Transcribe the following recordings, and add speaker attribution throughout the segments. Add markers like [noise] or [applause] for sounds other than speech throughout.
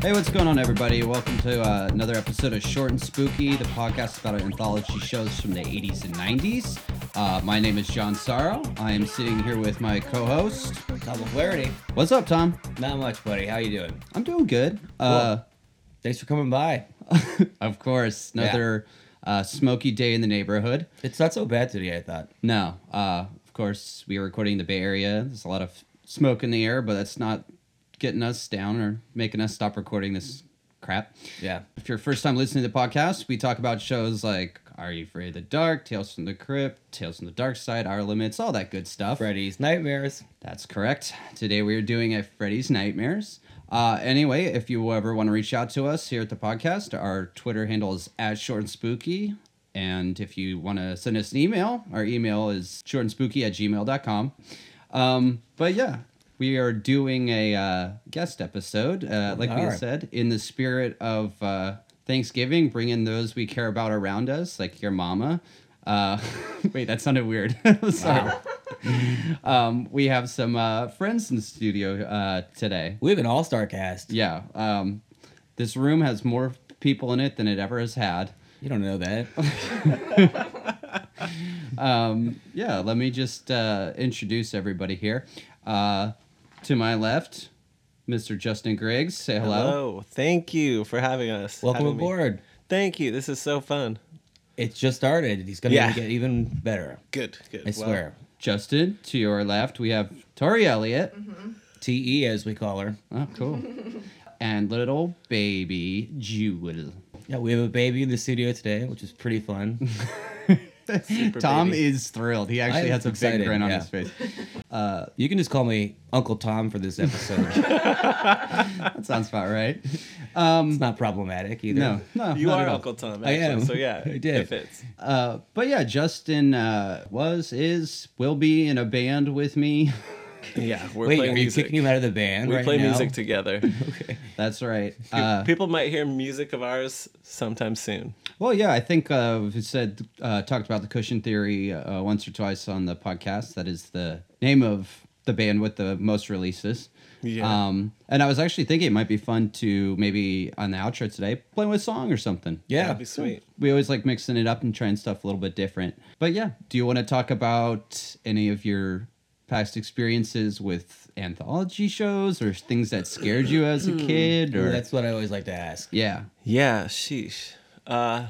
Speaker 1: Hey, what's going on, everybody? Welcome to uh, another episode of Short and Spooky, the podcast about anthology shows from the 80s and 90s. Uh, my name is John Sorrow. I am sitting here with my co-host.
Speaker 2: Top of Clarity.
Speaker 1: What's up, Tom?
Speaker 2: Not much, buddy. How you doing?
Speaker 1: I'm doing good. Uh,
Speaker 2: Thanks for coming by. [laughs]
Speaker 1: [laughs] of course, another uh, smoky day in the neighborhood.
Speaker 2: It's not so bad today, I thought.
Speaker 1: No, uh, of course, we are recording in the Bay Area. There's a lot of smoke in the air, but that's not getting us down or making us stop recording this crap.
Speaker 2: Yeah.
Speaker 1: If you're first time listening to the podcast, we talk about shows like Are You Afraid of the Dark, Tales from the Crypt, Tales from the Dark Side, Our Limits, all that good stuff.
Speaker 2: Freddy's Nightmares.
Speaker 1: That's correct. Today we are doing a Freddy's Nightmares. Uh, anyway, if you ever want to reach out to us here at the podcast, our Twitter handle is at short and spooky. And if you want to send us an email, our email is shortandspooky at gmail.com. Um, but yeah, we are doing a uh, guest episode, uh, like we
Speaker 2: are.
Speaker 1: said, in the spirit of uh, Thanksgiving, bringing those we care about around us, like your mama. Uh, [laughs] wait, that sounded weird. [laughs] Sorry.
Speaker 3: Uh-huh.
Speaker 1: Um, we have some uh, friends in the studio uh, today.
Speaker 2: We have an all-star cast.
Speaker 1: Yeah, um, this room has more people in it than it ever has had.
Speaker 2: You don't know
Speaker 3: [laughs]
Speaker 2: that.
Speaker 1: Um, yeah, let me just uh, introduce everybody here. Uh, to my left, Mr. Justin Griggs. Say hello.
Speaker 3: Thank you for having us.
Speaker 2: Welcome
Speaker 3: having me.
Speaker 2: aboard.
Speaker 3: Thank you. This is so fun.
Speaker 2: It's just started. He's gonna
Speaker 3: Yeah.
Speaker 2: get even better.
Speaker 3: Good. Good.
Speaker 2: I
Speaker 3: Wow.
Speaker 2: swear.
Speaker 1: Justin, to your left, we have Tori Elliott.
Speaker 3: Mm-hmm.
Speaker 2: T E as we call her.
Speaker 1: Oh,
Speaker 3: [laughs]
Speaker 1: cool. and little baby Jewel.
Speaker 2: Yeah, we have a baby in the studio today, which is
Speaker 3: [laughs]
Speaker 2: pretty fun.
Speaker 1: [laughs] Tom
Speaker 3: baby.
Speaker 1: is thrilled. He actually
Speaker 2: I'm
Speaker 1: has a
Speaker 2: excited,
Speaker 1: big grin on
Speaker 2: yeah.
Speaker 1: his face.
Speaker 2: you can just call me Uncle Tom for
Speaker 3: [laughs]
Speaker 2: this episode.
Speaker 1: That sounds about right.
Speaker 2: it's not problematic either.
Speaker 3: [laughs]
Speaker 1: No, no.
Speaker 3: You
Speaker 1: not at
Speaker 3: are
Speaker 1: all.
Speaker 3: Uncle Tom.
Speaker 2: I
Speaker 3: Actually,
Speaker 2: am.
Speaker 3: So yeah,
Speaker 2: [laughs] I did.
Speaker 3: It fits.
Speaker 1: Uh, but yeah, Justin uh, was, is, will be in a band with me. [laughs]
Speaker 3: Yeah, we're
Speaker 2: Wait,
Speaker 3: playing
Speaker 2: are you
Speaker 3: music.
Speaker 2: kicking him out of the band?
Speaker 3: we
Speaker 2: right
Speaker 3: play
Speaker 2: now?
Speaker 3: music
Speaker 2: [laughs]
Speaker 3: together.
Speaker 1: That's right. Uh,
Speaker 3: People might hear music of ours sometime soon.
Speaker 1: well, yeah, I think uh, we said uh, talked about the cushion theory uh, once or twice on the podcast. That is the name of the band with the most releases.
Speaker 3: Yeah.
Speaker 1: Um, and I was actually thinking it might be fun to maybe on the outro today play with song or something.
Speaker 2: Yeah.
Speaker 3: That'd be sweet.
Speaker 1: We always like mixing it up and trying stuff a little bit different. But yeah, do you want to talk about any of your past experiences with anthology shows or things that scared you as
Speaker 3: Hmm.
Speaker 1: a kid or
Speaker 2: That's what I always like to ask.
Speaker 1: yeah.
Speaker 3: Yeah. Sheesh. Uh,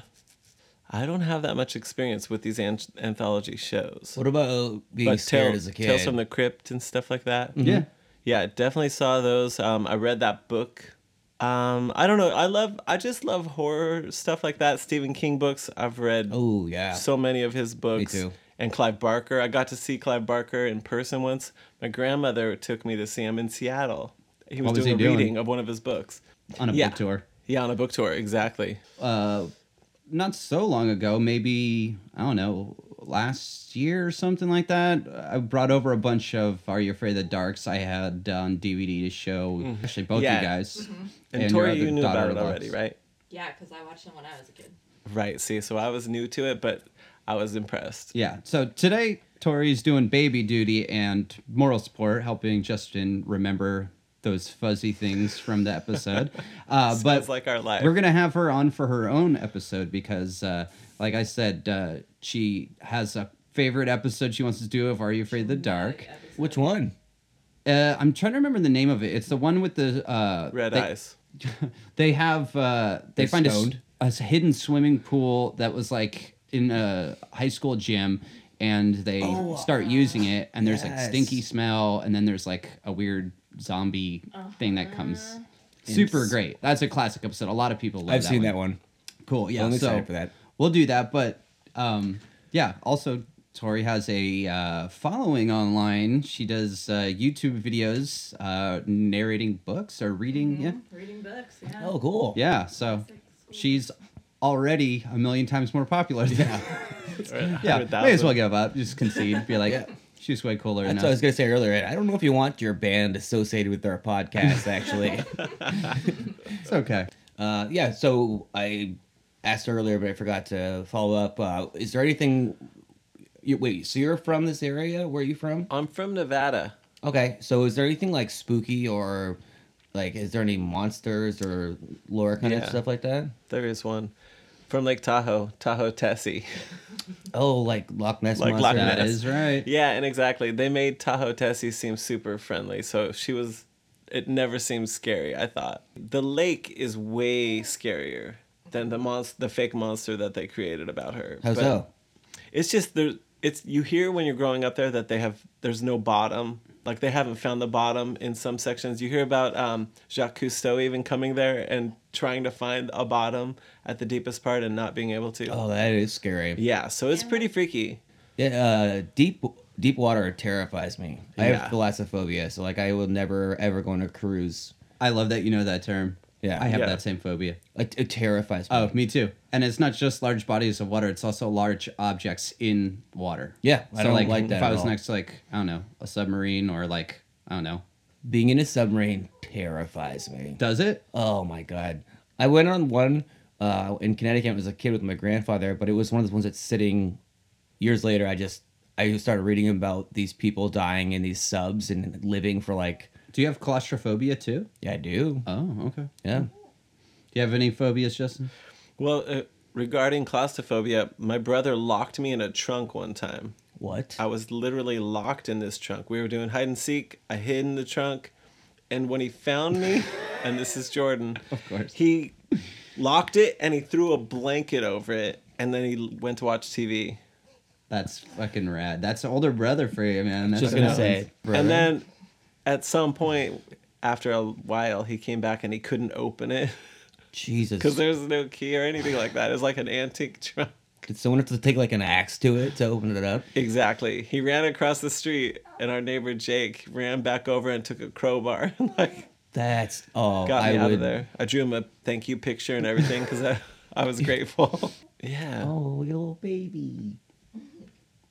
Speaker 3: I don't have that much experience with these an- anthology shows.
Speaker 2: What about uh, being
Speaker 3: but
Speaker 2: scared
Speaker 3: Tale-
Speaker 2: as a kid?
Speaker 3: Tales from the Crypt and stuff like that.
Speaker 1: Mm-hmm. Yeah.
Speaker 3: Yeah, definitely saw those. Um, I read that book. Um, I don't know. I love. I just love horror stuff like that. Stephen King books. I've read
Speaker 2: oh yeah.
Speaker 3: so many of his books.
Speaker 2: too.
Speaker 3: And Clive Barker. I got to see Clive Barker in person once. My grandmother took me to see him in Seattle. He was,
Speaker 1: What was
Speaker 3: doing
Speaker 1: he
Speaker 3: a
Speaker 1: doing?
Speaker 3: reading of one of his books.
Speaker 1: On a
Speaker 3: Yeah.
Speaker 1: book tour.
Speaker 3: Yeah, on a book tour. Exactly.
Speaker 1: Uh not so long ago, maybe I don't know, last year or something like that. I brought over a bunch of Are You Afraid of the Darks I had on DVD to show actually both
Speaker 3: Mm-hmm. Yeah. Mm-hmm.
Speaker 1: you guys.
Speaker 3: And,
Speaker 1: your
Speaker 3: Tori,
Speaker 1: other
Speaker 3: you knew
Speaker 1: daughter
Speaker 3: about it
Speaker 1: loves.
Speaker 3: already, right?
Speaker 4: Yeah, because I watched them when I was a kid.
Speaker 3: Right. See, so I was new to it, but I was impressed.
Speaker 1: Yeah. So today, Tori's doing baby duty and moral support, helping Justin remember those fuzzy things from the
Speaker 3: [laughs]
Speaker 1: episode. Uh, but
Speaker 3: It's like our life.
Speaker 1: we're gonna have her on for her own episode because, uh, like I said, uh, she has a favorite episode she wants to do of Are You Afraid of the Dark?
Speaker 2: Which one?
Speaker 1: Uh, I'm trying to remember the name of it. It's the one with the uh,
Speaker 3: Red
Speaker 1: they,
Speaker 3: eyes.
Speaker 1: They have uh, they
Speaker 2: They're
Speaker 1: find a, s-
Speaker 2: stoned?
Speaker 1: a s- hidden swimming pool that was like in a high school gym, and they start using it, and there's like
Speaker 2: Oh, uh, yes.
Speaker 1: stinky smell, and then there's like a weird zombie thing that comes. Super
Speaker 2: Yes.
Speaker 1: great. That's a classic episode. A lot of people love
Speaker 2: I've seen that one.
Speaker 1: Cool. Yeah.
Speaker 2: I'm excited
Speaker 1: so
Speaker 2: for that.
Speaker 1: We'll do that, but um, yeah. Also, Tori has a uh, following online. She does uh, YouTube videos, uh, narrating books or reading. Yeah.
Speaker 4: uh, Reading books, yeah.
Speaker 2: Oh, cool.
Speaker 1: Yeah. So she's already a million times more popular. Than yeah. [laughs] yeah. May as well give up. Just concede. Be like,
Speaker 2: Yeah.
Speaker 1: she's way cooler.
Speaker 2: That's
Speaker 1: than
Speaker 2: what I was
Speaker 1: us."
Speaker 2: gonna say earlier. I don't know if you want your band associated with our podcast, actually.
Speaker 1: It's okay.
Speaker 2: uh, yeah. So I asked earlier, but I forgot to follow up. Uh, is there anything? You, wait. So you're from this area? Where are you from?
Speaker 3: I'm from Nevada.
Speaker 2: Okay, so is there anything like spooky or like is there any monsters or lore kind of
Speaker 3: Yeah.
Speaker 2: stuff like that?
Speaker 3: There is one from Lake Tahoe, Tahoe Tessie.
Speaker 2: Oh, like Loch Ness
Speaker 3: Like
Speaker 2: monster.
Speaker 3: Loch
Speaker 1: That
Speaker 3: Ness.
Speaker 1: is right.
Speaker 3: Yeah, and exactly. They made Tahoe Tessie seem super friendly, so she was. It never seemed scary. I thought the lake is way scarier than the monst- the fake monster that they created about her.
Speaker 2: How
Speaker 3: But
Speaker 2: so?
Speaker 3: It's just there. It's you hear when you're growing up there that they have there's no bottom. Like they haven't found the bottom in some sections. You hear about um, Jacques Cousteau even coming there and trying to find a bottom at the deepest part and not being able to.
Speaker 2: Oh, that is scary.
Speaker 3: Yeah, so it's pretty freaky.
Speaker 2: Yeah, uh, deep deep water terrifies me. I
Speaker 3: Yeah.
Speaker 2: have thalassophobia, so like I will never ever go on a cruise.
Speaker 1: I love that you know that term.
Speaker 2: Yeah.
Speaker 1: I have
Speaker 3: Yeah.
Speaker 1: that same phobia.
Speaker 2: It, it terrifies me.
Speaker 1: Oh, me too. And it's not just large bodies of water; it's also large objects in water.
Speaker 2: Yeah, I don't like that
Speaker 1: If I
Speaker 2: at
Speaker 1: was
Speaker 2: all.
Speaker 1: next to like I don't know a submarine or like I don't know,
Speaker 2: Being in a submarine terrifies me.
Speaker 1: does it?
Speaker 2: Oh my god! I went on one uh, in Connecticut. I was a kid with my grandfather, but it was one of those ones that's sitting. Years later, I just I started reading about these people dying in these subs and living for like.
Speaker 1: Do you have claustrophobia too?
Speaker 2: Yeah, I do.
Speaker 1: Oh, okay.
Speaker 2: Yeah.
Speaker 1: Do you have any phobias, Justin?
Speaker 3: Well, uh, regarding claustrophobia, my brother locked me in a trunk one time.
Speaker 2: What?
Speaker 3: I was literally locked in this trunk. We were doing hide and seek. I hid in the trunk, and when he found me, and this is Jordan, of
Speaker 1: course.
Speaker 3: he locked it and he threw a blanket over it, and then he l- went to watch TV.
Speaker 1: That's fucking rad. That's an older brother for you, man. That's
Speaker 2: just
Speaker 1: what
Speaker 2: gonna
Speaker 1: happens.
Speaker 2: say. brother.
Speaker 3: And then, at some point, after a while, he came back and he couldn't open it [laughs]
Speaker 2: Jesus,
Speaker 3: because there's no key or anything like that. It's like an antique [laughs] trunk.
Speaker 2: did someone have to take like an axe to it to open it up?
Speaker 3: Exactly. He ran across the street, and our neighbor Jake ran back over and took a crowbar [laughs] and like
Speaker 2: That's oh,
Speaker 3: got me
Speaker 2: I
Speaker 3: out
Speaker 2: would.
Speaker 3: of there. I drew him a thank you picture and everything because I, I
Speaker 2: [laughs]
Speaker 3: was grateful. yeah.
Speaker 2: Oh, you little baby.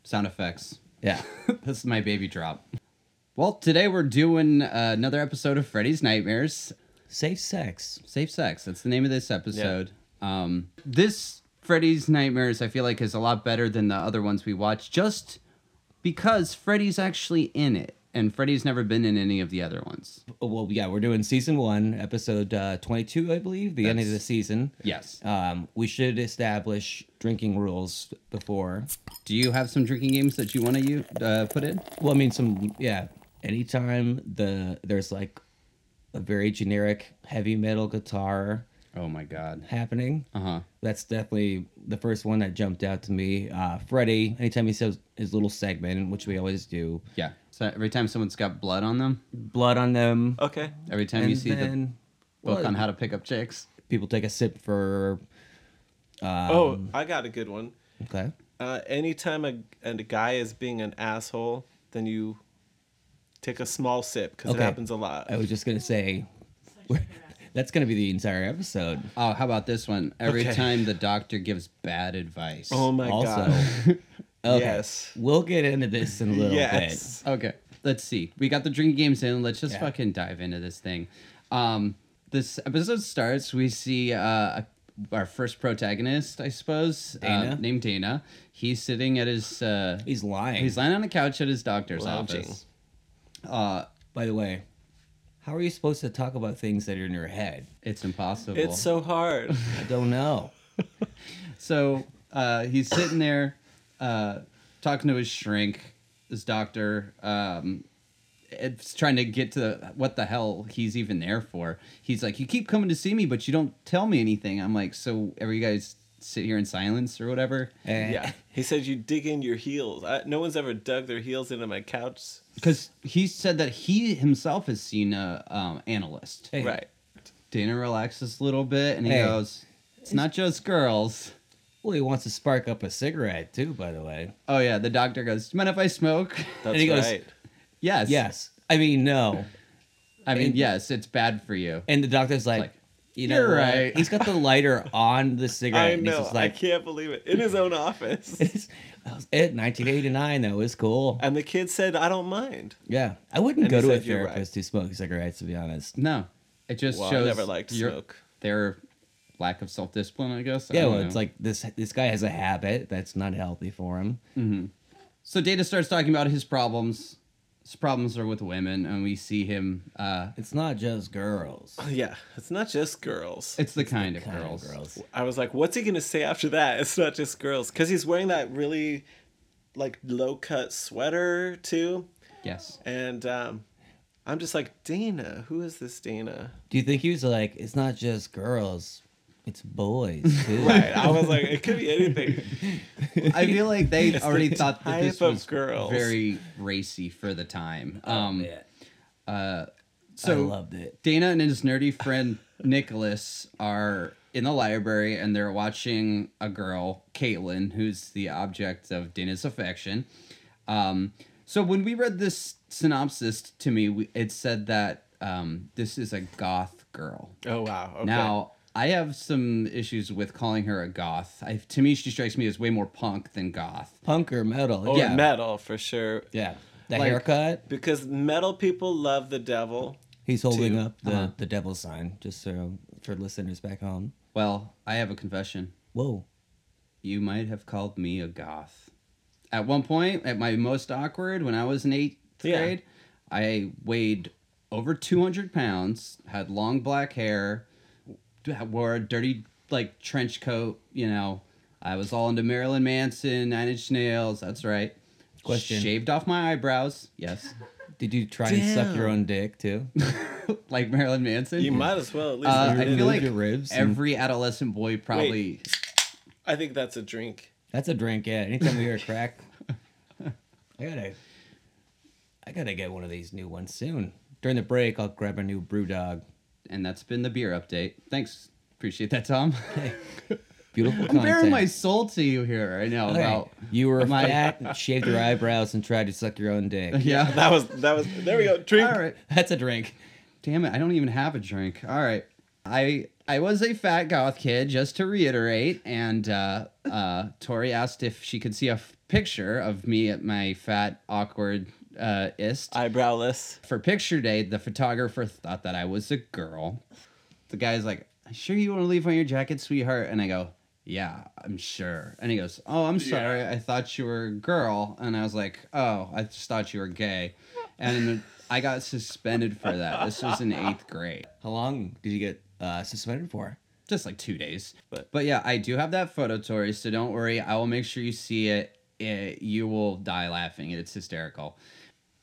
Speaker 1: sound effects. [laughs]
Speaker 2: Yeah. [laughs]
Speaker 1: this is my baby drop. Well, today we're doing uh, another episode of Freddy's Nightmares.
Speaker 2: Safe sex.
Speaker 1: Safe Sex. That's the name of this episode. Um, this Freddy's Nightmares, I feel like, is a lot better than the other ones we watched just because Freddy's actually in it. And Freddy's never been in any of the other ones.
Speaker 2: Oh, Well, yeah, we're doing season one, episode uh, twenty-two, I believe, the end of the
Speaker 1: That's-
Speaker 2: season.
Speaker 1: Yes.
Speaker 3: Uh,
Speaker 2: Um, we should establish drinking rules before.
Speaker 1: Do you have some drinking games that you want to you, uh, put in?
Speaker 2: Well, I mean, some yeah. Anytime the there's like a very generic heavy metal guitar
Speaker 1: Oh my God.
Speaker 2: happening,
Speaker 1: Uh huh.
Speaker 2: that's definitely the first one that jumped out to me. Uh, Freddie, anytime he says his little segment, which we always do,
Speaker 1: Yeah. So every time someone's got blood on them,
Speaker 2: blood on them.
Speaker 3: [laughs] Okay.
Speaker 1: every time you
Speaker 2: and
Speaker 1: see the
Speaker 2: then
Speaker 1: book
Speaker 2: blood.
Speaker 1: on how to pick up chicks.
Speaker 2: people take a sip for
Speaker 3: oh,
Speaker 2: Um,
Speaker 3: I got a good one.
Speaker 2: okay.
Speaker 3: Uh, anytime a, a guy is being an asshole, then you take a small sip because
Speaker 2: Okay.
Speaker 3: it happens a lot.
Speaker 2: I was just gonna say that's gonna be the entire episode.
Speaker 1: Oh, how about this one? Every
Speaker 3: Okay.
Speaker 1: time the doctor gives bad advice.
Speaker 3: Oh my
Speaker 2: also,
Speaker 3: god.
Speaker 2: [laughs] okay,
Speaker 3: Yes.
Speaker 2: we'll get into this in a little bit.
Speaker 3: Yes.
Speaker 1: Okay, let's see. We got the drinking games in. Let's just
Speaker 2: Yeah.
Speaker 1: fucking dive into this thing. Um, this episode starts. We see uh, a- our first protagonist, I suppose,
Speaker 2: Dana?
Speaker 1: Uh, named Dana. He's sitting at his. Uh,
Speaker 2: He's lying.
Speaker 1: he's lying on a couch at his doctor's
Speaker 3: Lounging.
Speaker 1: office. Uh,
Speaker 2: By the way, how are you supposed to talk about things that are in your head?
Speaker 1: it's impossible.
Speaker 3: It's so
Speaker 2: [laughs]
Speaker 3: hard.
Speaker 2: I don't know.
Speaker 1: So uh, he's sitting there uh, talking to his shrink, his doctor. Um, it's trying to get to the, what the hell he's even there for. He's like, "You keep coming to see me, but you don't tell me anything." I'm like, "So are you guys sit here in silence or whatever?"
Speaker 2: And
Speaker 3: Yeah. He said you dig in your heels. I, no one's ever dug their heels into my couch.
Speaker 1: Because he said that he himself has seen a um, analyst.
Speaker 2: Hey.
Speaker 3: Right.
Speaker 1: Dana relaxes a little bit, and he
Speaker 2: Hey.
Speaker 1: goes, "It's not just girls."
Speaker 2: Well, he wants to spark up a cigarette too. By the way,
Speaker 1: Oh yeah, the doctor goes, "Do you mind if I smoke?" [laughs]
Speaker 3: That's
Speaker 2: he goes,
Speaker 3: right.
Speaker 1: yes.
Speaker 2: yes. I mean, no.
Speaker 1: I mean,
Speaker 2: And-
Speaker 1: yes, it's bad for you.
Speaker 2: And the doctor's like,
Speaker 1: Like,
Speaker 2: you know,
Speaker 1: "You're
Speaker 2: what?"
Speaker 1: right.
Speaker 2: He's got
Speaker 3: [laughs]
Speaker 2: the lighter on the cigarette.
Speaker 3: I
Speaker 2: And he's
Speaker 3: know.
Speaker 2: just
Speaker 3: I
Speaker 2: like, [laughs]
Speaker 3: can't believe it. In his own office.
Speaker 2: it's, it 1989 though is cool.
Speaker 3: And the kid said, I don't mind.
Speaker 2: Yeah, I wouldn't
Speaker 3: And
Speaker 2: go
Speaker 3: he
Speaker 2: to a
Speaker 3: said, "You're right."
Speaker 2: therapist who smokes cigarettes to be honest.
Speaker 1: No, it just
Speaker 3: Well, I
Speaker 1: shows
Speaker 3: never liked
Speaker 1: your-
Speaker 3: smoke.
Speaker 1: Their lack of self discipline, I guess. I
Speaker 2: Yeah,
Speaker 1: don't
Speaker 2: well, it's
Speaker 1: know.
Speaker 2: like this this guy has a habit that's not healthy for him.
Speaker 1: so. Data starts talking about his problems. His problems are with women, and we see him. Uh,
Speaker 2: It's not
Speaker 3: [laughs]
Speaker 2: just girls.
Speaker 3: Yeah, it's not just girls.
Speaker 1: it's the kind, of,
Speaker 2: Kind of
Speaker 1: girls.
Speaker 3: I was like, what's he gonna say after that? [laughs] It's not just girls, because he's wearing that really, like low cut sweater too,
Speaker 2: [laughs]
Speaker 1: Yes.
Speaker 3: and um, I'm just like, Dana, who is this
Speaker 1: [laughs]
Speaker 3: Dana?
Speaker 2: Do you think he was like, it's not just girls, it's
Speaker 3: [laughs]
Speaker 2: boys too?
Speaker 3: Right. I was like, it could be
Speaker 1: [laughs]
Speaker 3: anything.
Speaker 1: I feel like they already thought that
Speaker 3: type
Speaker 1: this
Speaker 3: of
Speaker 1: was
Speaker 3: girls.
Speaker 1: very racy for the time. Um,
Speaker 2: Oh, yeah.
Speaker 1: So
Speaker 2: I loved it.
Speaker 1: Dana and his nerdy friend Nicholas are in the library and they're watching a girl, Caitlin, who's the object of Dana's affection. Um, so when we read this synopsis to me, we, it said that um, this is a goth girl.
Speaker 3: Oh wow. Okay.
Speaker 1: Now, I have some issues with calling her a goth. I, to me, she strikes me as way more punk than goth.
Speaker 2: Punk or metal.
Speaker 1: Oh,
Speaker 3: or
Speaker 2: yeah.
Speaker 3: metal for sure,
Speaker 2: yeah. The
Speaker 3: Oh, Like-
Speaker 2: haircut.
Speaker 3: because metal people love the devil.
Speaker 2: He's holding up the,
Speaker 1: Uh-huh.
Speaker 2: the devil sign, just so for listeners back home.
Speaker 1: Well, I have a confession.
Speaker 2: Whoa.
Speaker 1: You might have called me a goth. At one point, at my most awkward, when I was in eighth
Speaker 3: Yeah.
Speaker 1: grade, I weighed over 200 pounds, had long black hair, d- wore a dirty, like, trench coat, you know. I was all into Marilyn Manson, Nine Inch Nails, that's right.
Speaker 2: Question.
Speaker 1: Shaved off my eyebrows, yes. [laughs]
Speaker 2: Did you try and suck your own dick too?
Speaker 1: like Marilyn Manson.
Speaker 3: You might as well at least.
Speaker 1: Mm-hmm. Uh, I
Speaker 2: Remove
Speaker 1: feel like
Speaker 2: your ribs and-
Speaker 1: every adolescent boy probably.
Speaker 3: I think that's a drink.
Speaker 2: That's a drink, yeah. Anytime we hear a crack, I gotta, I gotta get one of these new ones soon. During the break, I'll grab a new brew dog.
Speaker 1: And that's been the beer update. Thanks. Appreciate that, Tom. [laughs]
Speaker 2: Beautiful
Speaker 1: I'm
Speaker 2: content.
Speaker 1: bearing my soul to you here right now
Speaker 2: Okay.
Speaker 1: about
Speaker 2: you were
Speaker 1: my-
Speaker 2: fat, shaved your eyebrows, and tried to suck your own dick.
Speaker 1: [laughs] [laughs] yeah.
Speaker 3: That was that was. There we go. Drink.
Speaker 1: All right.
Speaker 2: That's a drink.
Speaker 1: Damn it! I don't even have a drink. All right. I I was a fat goth kid, just to reiterate. And uh, uh, Tori asked if she could see a f- picture of me at my fat awkward uh, ist.
Speaker 3: Eyebrowless.
Speaker 1: for picture day, the photographer thought that I was a girl. The guy's like, "Sure you want to leave on your jacket, sweetheart?" And I go, "Yeah, I'm sure." And he goes, "Oh, I'm sorry. I thought you were a girl." And I was like, "Oh, I just thought you were gay." And I got suspended for that. This was in 8th grade.
Speaker 2: How long did you get uh, suspended for?
Speaker 1: Just like 2 days.
Speaker 3: But-
Speaker 1: But yeah, I do have that photo, Tori, so don't worry. I will make sure you see it. it you will die laughing. It's hysterical.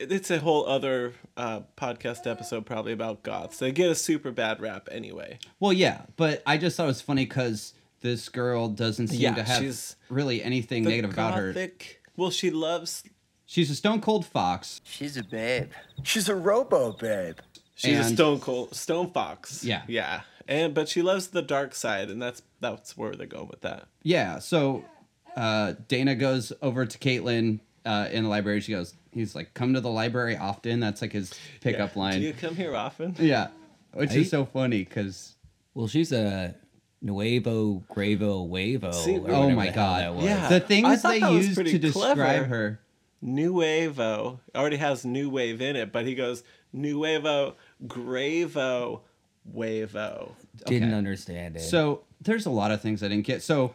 Speaker 3: It- it's a whole other uh, podcast episode probably about goths. They get a super bad rap anyway.
Speaker 1: Well, yeah, but I just thought it was funny because this girl doesn't seem
Speaker 3: Yeah,
Speaker 1: to have
Speaker 3: she's-
Speaker 1: really anything
Speaker 3: The
Speaker 1: negative about her.
Speaker 3: gothic- Well, she loves.
Speaker 1: She's a stone cold fox.
Speaker 5: She's a babe. She's a robo babe.
Speaker 3: She's a
Speaker 1: And-
Speaker 3: stone cold stone fox.
Speaker 1: Yeah.
Speaker 3: yeah, and but she loves the dark side, and that's that's where they're going with that.
Speaker 1: Yeah, so uh, Dana goes over to Caitlin uh, in the library. She goes, he's like, come to the library often. That's like his pickup
Speaker 3: Yeah.
Speaker 1: line.
Speaker 3: Do you come here often?
Speaker 1: Yeah, which
Speaker 2: I-
Speaker 1: is so funny because,
Speaker 2: Well, she's a Nuevo Gravo Wavo.
Speaker 3: See,
Speaker 2: or
Speaker 1: oh
Speaker 2: whatever
Speaker 1: my
Speaker 2: the hell that
Speaker 1: God.
Speaker 2: was.
Speaker 3: Yeah.
Speaker 1: The
Speaker 3: I
Speaker 1: things
Speaker 3: thought
Speaker 1: they
Speaker 3: that was
Speaker 1: use
Speaker 3: pretty
Speaker 1: to describe
Speaker 3: clever.
Speaker 1: her.
Speaker 3: Nuevo already has new wave in it, but he goes Nuevo Gravo Wavo.
Speaker 2: Didn't
Speaker 1: Okay.
Speaker 2: understand it.
Speaker 1: So there's a lot of things I didn't get. So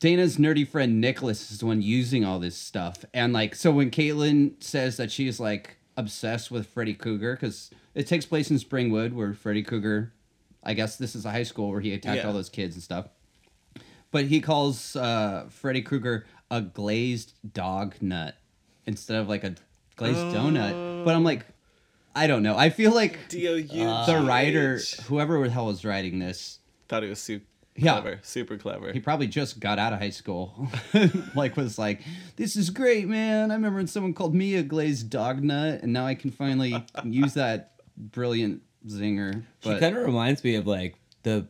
Speaker 1: Dana's nerdy friend Nicholas is the one using all this stuff, and like so when Caitlin says that she's like obsessed with Freddy Krueger because it takes place in Springwood where Freddy Krueger, I guess this is a high school where he attacked
Speaker 3: Yeah.
Speaker 1: all those kids and stuff, but he calls uh, Freddy Krueger a glazed dog nut instead of like a glazed donut. But I'm like, I don't know. I feel like
Speaker 3: D O U.
Speaker 1: Uh, the writer, whoever the hell was writing this,
Speaker 3: thought it was super
Speaker 1: Yeah.
Speaker 3: clever, super clever.
Speaker 1: he probably just got out of high school. [laughs] like was like, this is great, man. I remember when someone called me a glazed dog nut, and now I can finally use that brilliant zinger.
Speaker 2: she
Speaker 1: But
Speaker 2: kind of reminds me of like the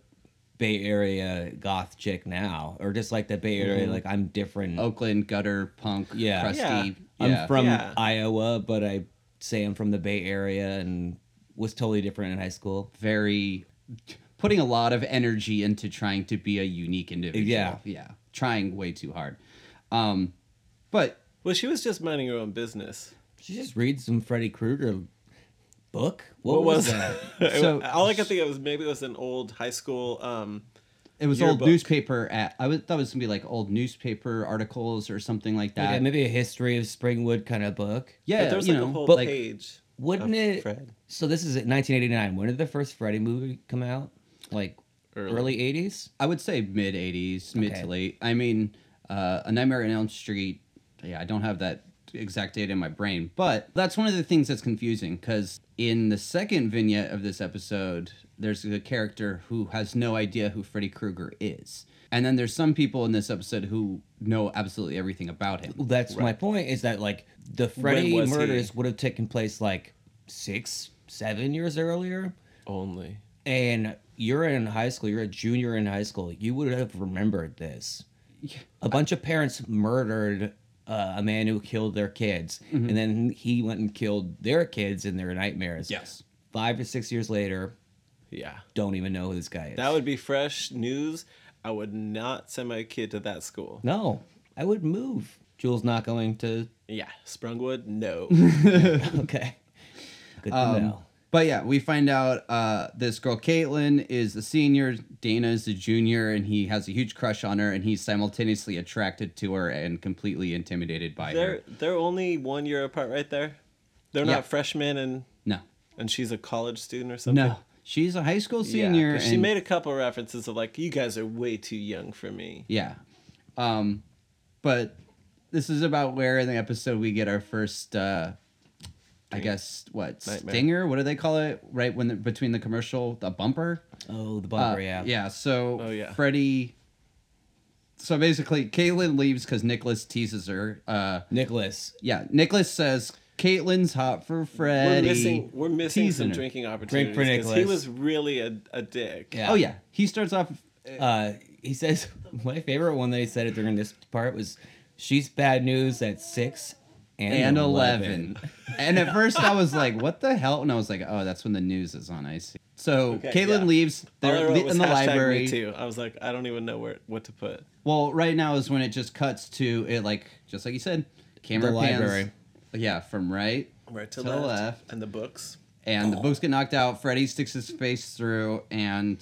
Speaker 2: Bay Area goth chick now, or just like the Bay Area,
Speaker 1: Mm-hmm.
Speaker 2: like I'm different.
Speaker 1: Oakland gutter punk,
Speaker 2: Yeah.
Speaker 1: crusty. Oh, Yeah.
Speaker 2: I'm from
Speaker 3: Yeah.
Speaker 2: Iowa, but I say I'm from the Bay Area and was totally different in high school.
Speaker 1: very putting a lot of energy into trying to be a unique individual.
Speaker 2: Yeah.
Speaker 1: yeah, trying way too hard. Um, but
Speaker 3: Well, she was just minding her own business.
Speaker 2: She just reads some Freddy Krueger book. What,
Speaker 3: What
Speaker 2: was,
Speaker 3: was
Speaker 2: that?
Speaker 3: [laughs] It-
Speaker 1: So-
Speaker 3: all I could think of was maybe it was an old high school um,
Speaker 1: It was old
Speaker 3: Yearbook.
Speaker 1: newspaper. At, I was, thought it was gonna be like old newspaper articles or something like that.
Speaker 2: [laughs] Like a- maybe a history of Springwood kind of book.
Speaker 1: yeah,
Speaker 3: but there's
Speaker 1: you
Speaker 3: like
Speaker 1: know,
Speaker 3: a whole
Speaker 1: but, like,
Speaker 3: page.
Speaker 2: Wouldn't
Speaker 3: of
Speaker 2: it?
Speaker 3: Fred.
Speaker 2: So this is 1989. When did the first Freddy movie come out? Like
Speaker 3: Early.
Speaker 2: early 80s.
Speaker 1: I would say mid '80s, mid
Speaker 2: Okay.
Speaker 1: to late. I mean, uh, A Nightmare on Elm Street. Yeah, I don't have that exact date in my brain, but that's one of the things that's confusing because in the second vignette of this episode, there's a character who has no idea who Freddy Krueger is, and then there's some people in this episode who know absolutely everything about him.
Speaker 2: That's my point. Is that like the Freddy
Speaker 3: was he?
Speaker 2: murders would have taken place like six, seven years earlier,
Speaker 3: Only.
Speaker 2: and you're in high school. You're a junior in high school. You would have remembered this. A bunch of parents murdered uh, a man who killed their kids,
Speaker 3: Mm-hmm.
Speaker 2: and then he went and killed their kids in their nightmares.
Speaker 1: Yes.
Speaker 2: Five or six years later,
Speaker 3: Yeah.
Speaker 2: don't even know who this guy is.
Speaker 3: That would be fresh news. I would not send my kid to that school.
Speaker 2: no. I would move. Jules not going to. [laughs]
Speaker 3: Yeah, Sprungwood,
Speaker 1: [laughs]
Speaker 3: no.
Speaker 2: Okay. Good to
Speaker 3: Um,
Speaker 2: know.
Speaker 1: But yeah, we find out uh, this girl Caitlin is the senior, Dana is the junior, and he has a huge crush on her, and he's simultaneously attracted to her and completely intimidated by
Speaker 3: [laughs] they're
Speaker 1: her.
Speaker 3: they're only one year apart, right there. They're
Speaker 1: Yeah.
Speaker 3: not freshmen, and
Speaker 1: No,
Speaker 3: and she's a college student or something.
Speaker 1: no, she's a high school
Speaker 3: Yeah,
Speaker 1: senior.
Speaker 3: 'cause
Speaker 1: and,
Speaker 3: she made a couple references of like, you guys are way too young for me.
Speaker 1: Yeah, um, but this is about where in the episode we get our first. Uh, I guess what
Speaker 3: Nightmare.
Speaker 1: stinger? What do they call it? Right when the, between the commercial, the bumper.
Speaker 2: Oh, the
Speaker 1: Uh,
Speaker 2: bumper, yeah.
Speaker 1: So
Speaker 3: Oh, yeah.
Speaker 1: Freddie. So basically, Caitlin leaves because Nicholas teases her. Uh,
Speaker 2: Nicholas.
Speaker 1: yeah, Nicholas says Caitlin's hot for Freddie.
Speaker 3: We're missing we're missing
Speaker 1: teasing
Speaker 3: some
Speaker 1: her.
Speaker 3: drinking opportunities
Speaker 2: for
Speaker 3: because he
Speaker 2: Nicholas.
Speaker 3: was really a, a dick.
Speaker 2: Yeah.
Speaker 1: Oh yeah, he starts off.
Speaker 2: Uh, he says, [laughs] my favorite one that he said it during this part was, she's bad news at six and,
Speaker 1: And 11.
Speaker 2: 11.
Speaker 1: And at first I was like, what the hell? And I was like, oh, that's when the news is on. I see. So
Speaker 3: Okay,
Speaker 1: Caitlin
Speaker 3: yeah.
Speaker 1: leaves.
Speaker 3: All I
Speaker 1: They're
Speaker 3: wrote
Speaker 1: li-
Speaker 3: was
Speaker 1: in the
Speaker 3: hashtag me
Speaker 1: library.
Speaker 3: too. I was like, I don't even know where what to put.
Speaker 1: Well, right now is when it just cuts to it, like, just like you said, camera
Speaker 2: The
Speaker 1: pans-
Speaker 2: library.
Speaker 1: Yeah, from right
Speaker 3: Right to,
Speaker 1: To the
Speaker 3: left.
Speaker 1: left.
Speaker 3: and the books.
Speaker 1: and the books get knocked out. Freddy sticks his face through, and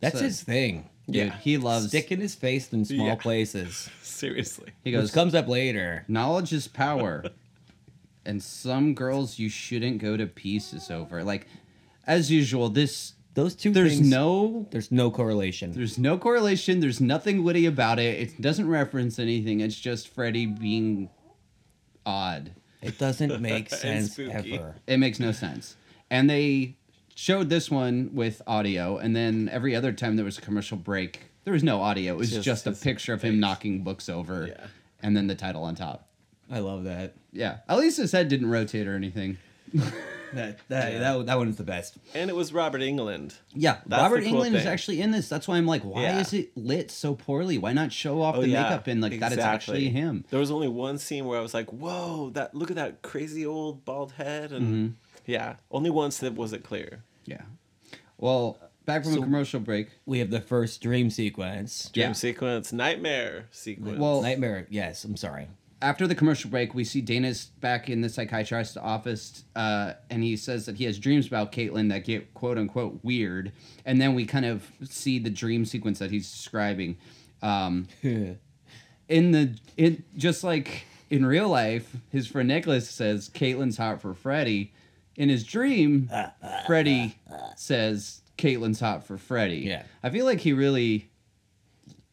Speaker 2: That's
Speaker 1: So-
Speaker 2: his thing.
Speaker 1: dude,
Speaker 3: Yeah.
Speaker 1: he loves.
Speaker 2: Stick in his face in small
Speaker 3: Yeah. [laughs]
Speaker 2: places.
Speaker 3: [laughs] Seriously,
Speaker 1: he
Speaker 2: Which
Speaker 1: goes,
Speaker 2: comes up later.
Speaker 1: knowledge is
Speaker 2: [laughs]
Speaker 1: power, and some girls you shouldn't go to pieces over. Like, as usual, this
Speaker 2: Those two
Speaker 1: there's
Speaker 2: things,
Speaker 1: no
Speaker 2: There's no correlation.
Speaker 1: there's no correlation. There's nothing witty about it. It doesn't reference anything. It's just Freddy being odd.
Speaker 2: It doesn't make
Speaker 3: And
Speaker 2: sense
Speaker 3: spooky.
Speaker 2: ever.
Speaker 1: It makes no sense. And they showed this one with audio, and then every other time there was a commercial break, there was no audio. It was
Speaker 3: Just
Speaker 1: just, a
Speaker 3: his
Speaker 1: picture of him knocking books over,
Speaker 3: Yeah.
Speaker 1: and then the title on top.
Speaker 2: I love that.
Speaker 1: Yeah, at least his head didn't rotate or anything.
Speaker 2: That that that, that one's the best.
Speaker 3: and it was Robert England.
Speaker 1: Yeah,
Speaker 3: That's
Speaker 1: Robert
Speaker 3: the cool
Speaker 1: England is
Speaker 3: thing.
Speaker 1: actually in this. That's why I'm like, why
Speaker 3: Yeah.
Speaker 1: is it lit so poorly? Why not show off
Speaker 3: Oh,
Speaker 1: the
Speaker 3: yeah,
Speaker 1: makeup and like that it's actually
Speaker 3: exactly.
Speaker 1: him?
Speaker 3: There was only one scene where I was like, "Whoa, that look at that crazy old bald head!"
Speaker 1: Mm-hmm.
Speaker 3: And yeah, only once that was it clear.
Speaker 1: Yeah. Well, back from a commercial break.
Speaker 2: We have the first dream sequence.
Speaker 3: Dream
Speaker 1: Yeah.
Speaker 3: sequence, nightmare sequence.
Speaker 1: Well-
Speaker 3: [laughs]
Speaker 2: Nightmare. Yes, I'm sorry.
Speaker 1: after the commercial break, we see Dana's back in the psychiatrist's office, uh, and he says that he has dreams about Caitlin that get quote unquote weird. And then we kind of see the dream sequence that he's describing. Um, in the in just like in real life, his friend Nicholas says Caitlin's hot for Freddy. In his dream, Freddy says Caitlin's hot for Freddy.
Speaker 2: Yeah.
Speaker 1: I feel like he really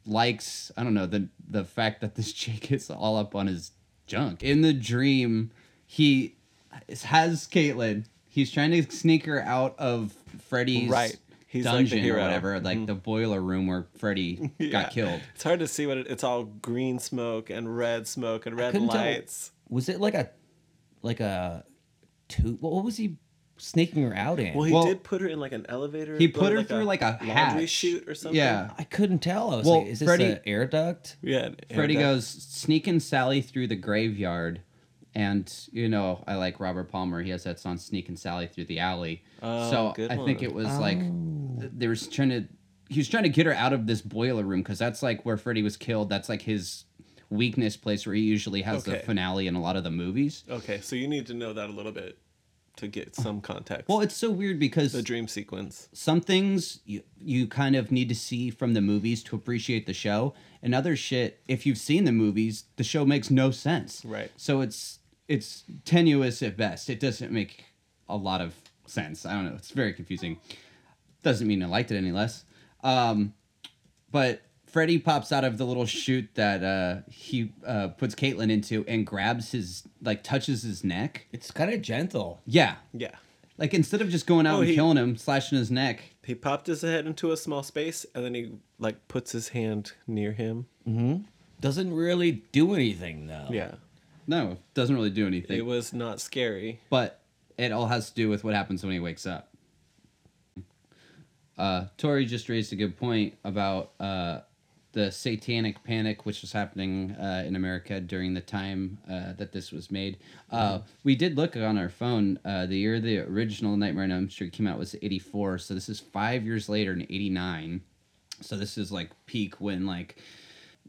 Speaker 1: likes I don't know the the fact that this [laughs] chick gets all up on his junk. In the dream, he has Caitlyn. He's trying to sneak her out of Freddy's
Speaker 3: Right. He's like the
Speaker 1: dungeon or
Speaker 3: hero. Mm-hmm.
Speaker 1: whatever, like the boiler room where Freddy
Speaker 3: [laughs] Yeah.
Speaker 1: got killed.
Speaker 3: It's hard to see what it, it's all green smoke and red smoke and red
Speaker 2: couldn't tell.
Speaker 3: lights.
Speaker 2: Was it like a like a tube? What, what was he sneaking her out in?
Speaker 3: Well, he
Speaker 1: Well,
Speaker 3: did put her in like an elevator.
Speaker 1: He
Speaker 3: or
Speaker 1: put her through like a
Speaker 3: laundry
Speaker 1: hatch.
Speaker 3: chute or something.
Speaker 1: Yeah.
Speaker 2: I couldn't tell. I was
Speaker 1: Well,
Speaker 2: like, is this
Speaker 1: Freddy-
Speaker 2: an air duct?
Speaker 3: yeah.
Speaker 1: Freddy
Speaker 3: and, uh,
Speaker 1: goes sneaking Sally through the graveyard, and you know I like Robert Palmer. He has that song "Sneaking Sally Through the Alley."
Speaker 3: Oh,
Speaker 1: so
Speaker 3: good
Speaker 1: I think
Speaker 3: one.
Speaker 1: it was like th- they were trying to he was trying to get her out of this boiler room because that's like where Freddy was killed. That's like his weakness place where he usually has the
Speaker 3: Okay.
Speaker 1: finale in a lot of the movies.
Speaker 3: Okay, so you need to know that a little bit. to get some context.
Speaker 1: Well, it's so weird because
Speaker 3: the dream sequence.
Speaker 1: some things you, you kind of need to see from the movies to appreciate the show and other shit if you've seen the movies the show makes no sense
Speaker 3: Right.
Speaker 1: so it's it's tenuous at best it doesn't make a lot of sense i don't know it's very confusing doesn't mean i liked it any less um, but Freddy pops out of the little chute that uh, he uh, puts Caitlin into and grabs his like touches his neck.
Speaker 2: It's kind of gentle.
Speaker 1: Yeah,
Speaker 3: Yeah.
Speaker 1: like instead of just going out
Speaker 3: Oh,
Speaker 1: and
Speaker 3: he-
Speaker 1: killing him, slashing his neck,
Speaker 3: He popped his head into a small space and then he like puts his hand near him.
Speaker 2: Doesn't really do anything though.
Speaker 3: Yeah.
Speaker 1: No, it doesn't really do anything.
Speaker 3: It was not scary.
Speaker 1: but it all has to do with what happens when he wakes up. Uh, Tori just raised a good point about uh, the satanic panic, which was happening uh, in America during the time uh, that this was made. Uh,
Speaker 2: Mm-hmm.
Speaker 1: we did look on our phone. Uh, the year the original Nightmare on Elm Street came out was '84, so this is five years later in '89. So this is like peak when like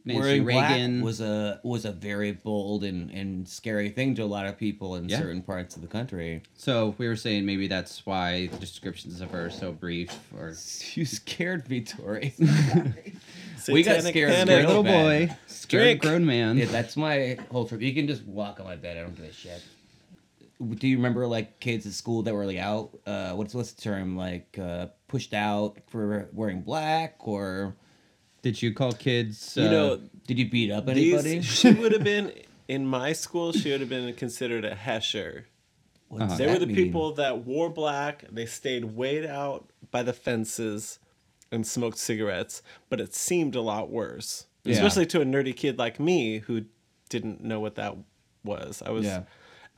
Speaker 1: Nancy
Speaker 2: Wearing
Speaker 1: Reagan
Speaker 2: black was a was a very bold and, and scary thing to a lot of people in
Speaker 1: Yeah.
Speaker 2: certain parts of the country.
Speaker 1: So we were saying maybe that's why the descriptions of her are so brief. Or
Speaker 2: You scared me, [laughs] Tori.
Speaker 3: we
Speaker 2: got scared
Speaker 1: scared
Speaker 2: Panic.
Speaker 1: little
Speaker 2: Man.
Speaker 1: boy, scared
Speaker 3: Drink.
Speaker 1: grown man.
Speaker 2: yeah, that's my whole trip. You can just walk on my bed. I don't give a shit. Do you remember like kids at school that were like out? Uh, what's what's the term like uh, pushed out for wearing black or
Speaker 1: Did you call kids? Uh,
Speaker 3: You know,
Speaker 2: did you beat up anybody?
Speaker 3: these, [laughs] she would have been in my school. She would have been considered a hesher.
Speaker 2: What does
Speaker 3: Uh-huh. They
Speaker 2: Uh-huh. that
Speaker 3: were the
Speaker 2: mean?
Speaker 3: people that wore black. They stayed weighed out by the fences and smoked cigarettes, but it seemed a lot worse,
Speaker 1: Yeah.
Speaker 3: especially to a nerdy kid like me who didn't know what that was. I was,
Speaker 1: Yeah.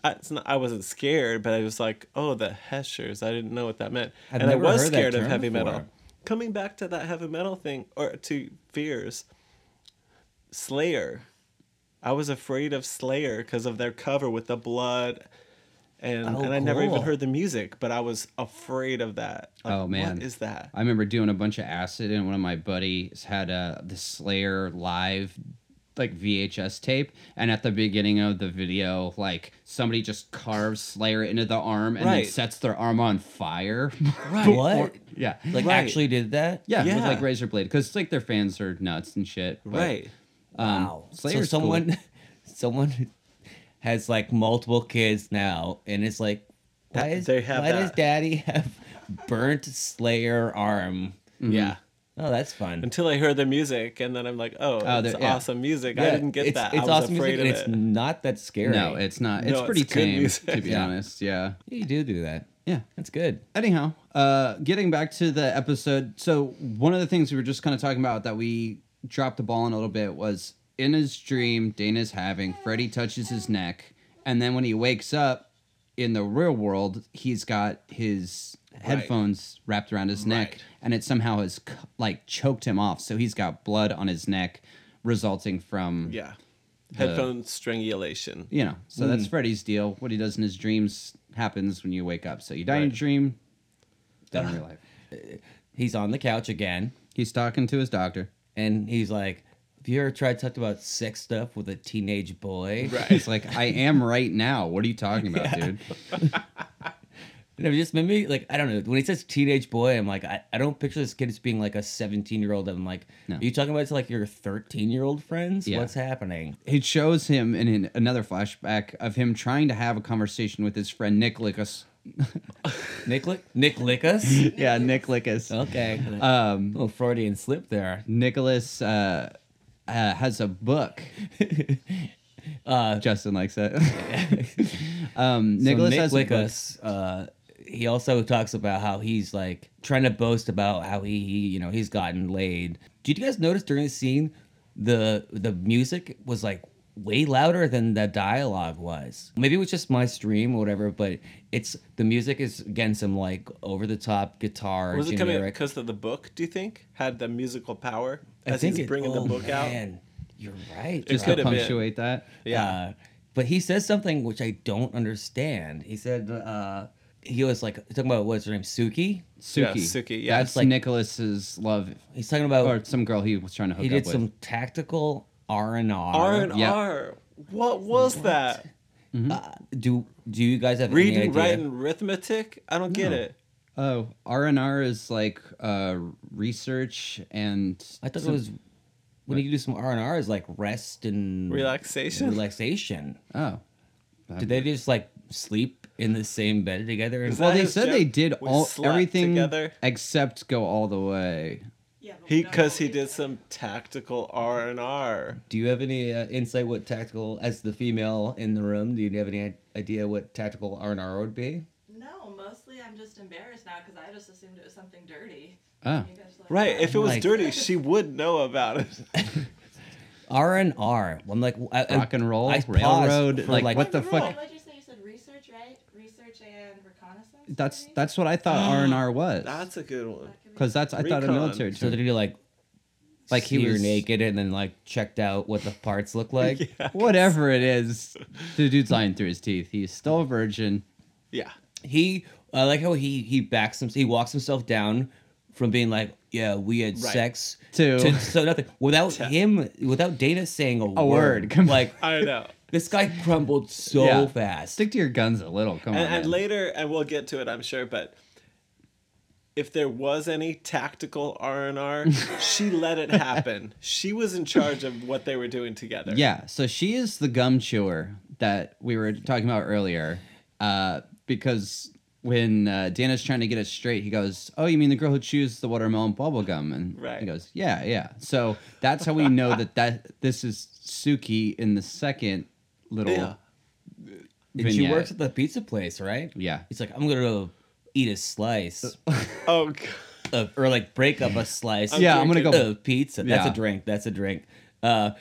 Speaker 3: I, it's not, I wasn't scared, but I was like, oh, the Heshers. I didn't know what that meant,
Speaker 2: I've
Speaker 3: and I
Speaker 2: never
Speaker 3: was
Speaker 2: heard that
Speaker 3: scared of
Speaker 2: term
Speaker 3: heavy metal.
Speaker 2: before.
Speaker 3: Coming back to that heavy metal thing or to fears, Slayer. I was afraid of Slayer because of their cover with the blood, and
Speaker 2: Oh,
Speaker 3: and I never even
Speaker 2: cool.
Speaker 3: heard the music, but I was afraid of that. Like,
Speaker 1: Oh, man.
Speaker 3: what is that?
Speaker 1: I remember doing a bunch of acid, and one of my buddies had uh, the Slayer live, like VHS tape. And at the beginning of the video, like somebody just carves Slayer into the arm and
Speaker 3: Right.
Speaker 1: then sets their arm on
Speaker 3: [laughs]
Speaker 1: fire. [laughs]
Speaker 2: Right. What?
Speaker 1: yeah.
Speaker 2: Like
Speaker 3: Right.
Speaker 2: actually did that?
Speaker 1: yeah, with
Speaker 3: Yeah.
Speaker 1: like razor blade, because like their fans are nuts and shit. but-
Speaker 3: right. Um,
Speaker 2: Wow. so
Speaker 1: Slayer's
Speaker 2: someone, [laughs] someone has like multiple kids now, and it's like, why,
Speaker 3: That-
Speaker 2: is,
Speaker 3: they have
Speaker 2: why does
Speaker 3: that.
Speaker 2: Daddy [laughs] have burnt Slayer arm?
Speaker 1: mm-hmm.
Speaker 3: Yeah.
Speaker 2: Oh, that's fun.
Speaker 3: Until I heard the music, and then I'm like, oh,
Speaker 1: Oh,
Speaker 3: it's
Speaker 1: there- yeah.
Speaker 3: awesome music. I
Speaker 2: Yeah,
Speaker 3: didn't get
Speaker 2: it's,
Speaker 3: that.
Speaker 2: It's
Speaker 3: I was
Speaker 2: awesome
Speaker 3: afraid
Speaker 2: music, and it's
Speaker 3: of it.
Speaker 2: not that scary.
Speaker 1: No, it's not. It's
Speaker 3: No,
Speaker 1: pretty
Speaker 3: it's good
Speaker 1: tame,
Speaker 3: music. [laughs]
Speaker 1: to be
Speaker 2: Yeah.
Speaker 1: honest. Yeah.
Speaker 2: you do do that.
Speaker 1: Yeah.
Speaker 2: That's good.
Speaker 1: Anyhow, uh, getting back to the episode. So, one of the things we were just kind of talking about that we dropped the ball on a little bit was in his dream, Dana's having, Freddy touches his neck. And then when he wakes up in the real world, he's got his headphones wrapped around his neck
Speaker 3: Right.
Speaker 1: and it somehow has c- like choked him off. So, he's got blood on his neck resulting from
Speaker 3: Yeah. Headphone strangulation.
Speaker 1: you know, so that's
Speaker 3: Mm.
Speaker 1: Freddy's deal. What he does in his dreams happens when you wake up. So you die in a
Speaker 3: Right.
Speaker 1: dream, die in real life.
Speaker 2: He's on the couch again,
Speaker 1: He's talking to his doctor.
Speaker 2: and he's like, "Have you ever tried to talk about sex stuff with a teenage boy?"
Speaker 3: Right.
Speaker 1: He's like, I am right now. What are you talking about, dude?
Speaker 2: And it just made me like I don't know when he says teenage boy, I'm like I, I don't picture this kid as being like a 17 year old. I'm like,
Speaker 1: No.
Speaker 2: are you talking about to like your 13 year old friends?
Speaker 1: Yeah.
Speaker 2: What's happening?
Speaker 1: It shows him in an, another flashback of him trying to have a conversation with his friend Nick Lickus.
Speaker 2: Nick Lick Nick
Speaker 1: [laughs]
Speaker 2: Lickus?
Speaker 1: yeah, Nick Lickus.
Speaker 2: [laughs] okay, um, little Freudian slip there.
Speaker 1: Nicholas uh, uh, has a book. Justin likes that. [laughs] um, Nicholas
Speaker 2: so
Speaker 1: has
Speaker 2: Nick
Speaker 1: a book.
Speaker 2: Lickus, uh, he also talks about how he's like trying to boast about how he, he you know he's gotten laid. Did you guys notice during the scene the the music was like way louder than the dialogue was? Maybe it was just my stream or whatever, but it's the music is again some like over the top guitar
Speaker 3: Was it coming
Speaker 2: generic.
Speaker 3: because of the book? Do you think had the musical power
Speaker 2: I
Speaker 3: as
Speaker 2: think
Speaker 3: he's
Speaker 2: it-
Speaker 3: bringing the
Speaker 2: oh,
Speaker 3: book out?
Speaker 2: man, You're right.
Speaker 1: Just
Speaker 3: could
Speaker 1: to
Speaker 3: have been.
Speaker 1: punctuate that.
Speaker 3: Yeah,
Speaker 2: Uh, but he says something which I don't understand. He said uh, he was like talking about what's her name, Suki.
Speaker 1: Suki.
Speaker 3: Yeah, Suki, yeah.
Speaker 1: That's
Speaker 2: It's like-
Speaker 1: Nicholas's love,
Speaker 2: He's talking about
Speaker 1: or some girl he was trying to hook
Speaker 2: he
Speaker 1: up
Speaker 2: did
Speaker 1: with.
Speaker 2: some tactical R and
Speaker 3: R
Speaker 2: R.
Speaker 3: and
Speaker 1: yeah.
Speaker 3: R. What was that?
Speaker 2: Uh, do do you guys have any
Speaker 3: Reading,
Speaker 2: idea?
Speaker 3: writing, arithmetic? I don't get
Speaker 1: No.
Speaker 3: it.
Speaker 1: Oh, R and R is like uh, research and
Speaker 2: I thought
Speaker 1: some-
Speaker 2: it was when you do some R and R is like rest and
Speaker 3: Relaxation?
Speaker 2: Relaxation.
Speaker 1: Oh,
Speaker 2: Did they just like sleep in the same bed together?
Speaker 3: Is
Speaker 1: well,
Speaker 3: that
Speaker 1: they
Speaker 3: his
Speaker 1: said
Speaker 3: joke?
Speaker 1: they did
Speaker 3: We
Speaker 1: all
Speaker 3: slept
Speaker 1: everything
Speaker 3: together?
Speaker 1: except go all the way.
Speaker 4: Yeah, but we
Speaker 3: He
Speaker 4: don't
Speaker 3: because he
Speaker 4: always-
Speaker 3: did some tactical R and R.
Speaker 2: do you have any uh, insight what tactical as the female in the room? Do you have any idea what tactical R and R would be?
Speaker 4: No, mostly I'm just embarrassed now because I just assumed it was something dirty.
Speaker 1: Oh,
Speaker 4: You guys like-
Speaker 3: Right. If it was
Speaker 2: Like-
Speaker 3: dirty, she would know about it.
Speaker 2: R and R. I'm like I, I-
Speaker 1: rock and roll,
Speaker 2: I paused
Speaker 1: railroad.
Speaker 2: for,
Speaker 1: Like,
Speaker 2: like-
Speaker 1: what the
Speaker 4: Wait,
Speaker 1: fuck?
Speaker 4: What'd you say? You said research, right? Research and reconnaissance.
Speaker 1: That's
Speaker 4: maybe?
Speaker 1: that's what I
Speaker 3: [gasps]
Speaker 1: thought R and R was.
Speaker 3: [laughs] That's a good one.
Speaker 4: That could be-
Speaker 1: because that's I thought a
Speaker 3: Recon.
Speaker 1: military
Speaker 3: [laughs]
Speaker 2: So
Speaker 1: term.
Speaker 2: did he like
Speaker 1: Like
Speaker 2: like
Speaker 1: he
Speaker 2: he was
Speaker 1: was-
Speaker 2: naked and then like checked out what the
Speaker 1: [laughs]
Speaker 2: parts look like?
Speaker 3: Yeah.
Speaker 1: Whatever it is, the dude's lying through his teeth. He's
Speaker 3: [laughs]
Speaker 1: still a virgin.
Speaker 3: Yeah.
Speaker 2: He I like how he he backs himself he walks himself down from being like yeah we had
Speaker 3: Right.
Speaker 2: sex
Speaker 1: To-
Speaker 2: to so nothing
Speaker 1: [laughs]
Speaker 2: without
Speaker 3: To-
Speaker 2: him without Dana saying a,
Speaker 1: word. Come on. [laughs]
Speaker 2: like
Speaker 3: I know. [laughs]
Speaker 2: this guy crumbled so
Speaker 1: Yeah.
Speaker 2: fast.
Speaker 1: Stick to your guns a little. Come on.
Speaker 3: and, and
Speaker 1: man.
Speaker 3: later, and we'll get to it, I'm sure. But if there was any tactical R and [laughs] R, she let it happen. She was in charge of what they were doing together.
Speaker 1: Yeah, so she is the gum chewer that we were talking about earlier. Uh, because when uh, Dana's trying to get it straight, he goes, "Oh, you mean the girl who chews the watermelon bubble gum?" And
Speaker 3: Right.
Speaker 1: he goes, "Yeah, yeah." So that's how we know that that this is Suki in the second little.
Speaker 3: Yeah.
Speaker 2: and she
Speaker 1: vignette.
Speaker 2: works at the pizza place, right?
Speaker 1: Yeah.
Speaker 2: He's like I'm gonna go eat a
Speaker 1: Uh,
Speaker 2: slice
Speaker 3: Oh, [laughs] God.
Speaker 2: of, or like break up a slice.
Speaker 1: Yeah, I'm gonna go.
Speaker 2: Oh, pizza. That's
Speaker 1: Yeah.
Speaker 2: a drink. That's a drink. Uh,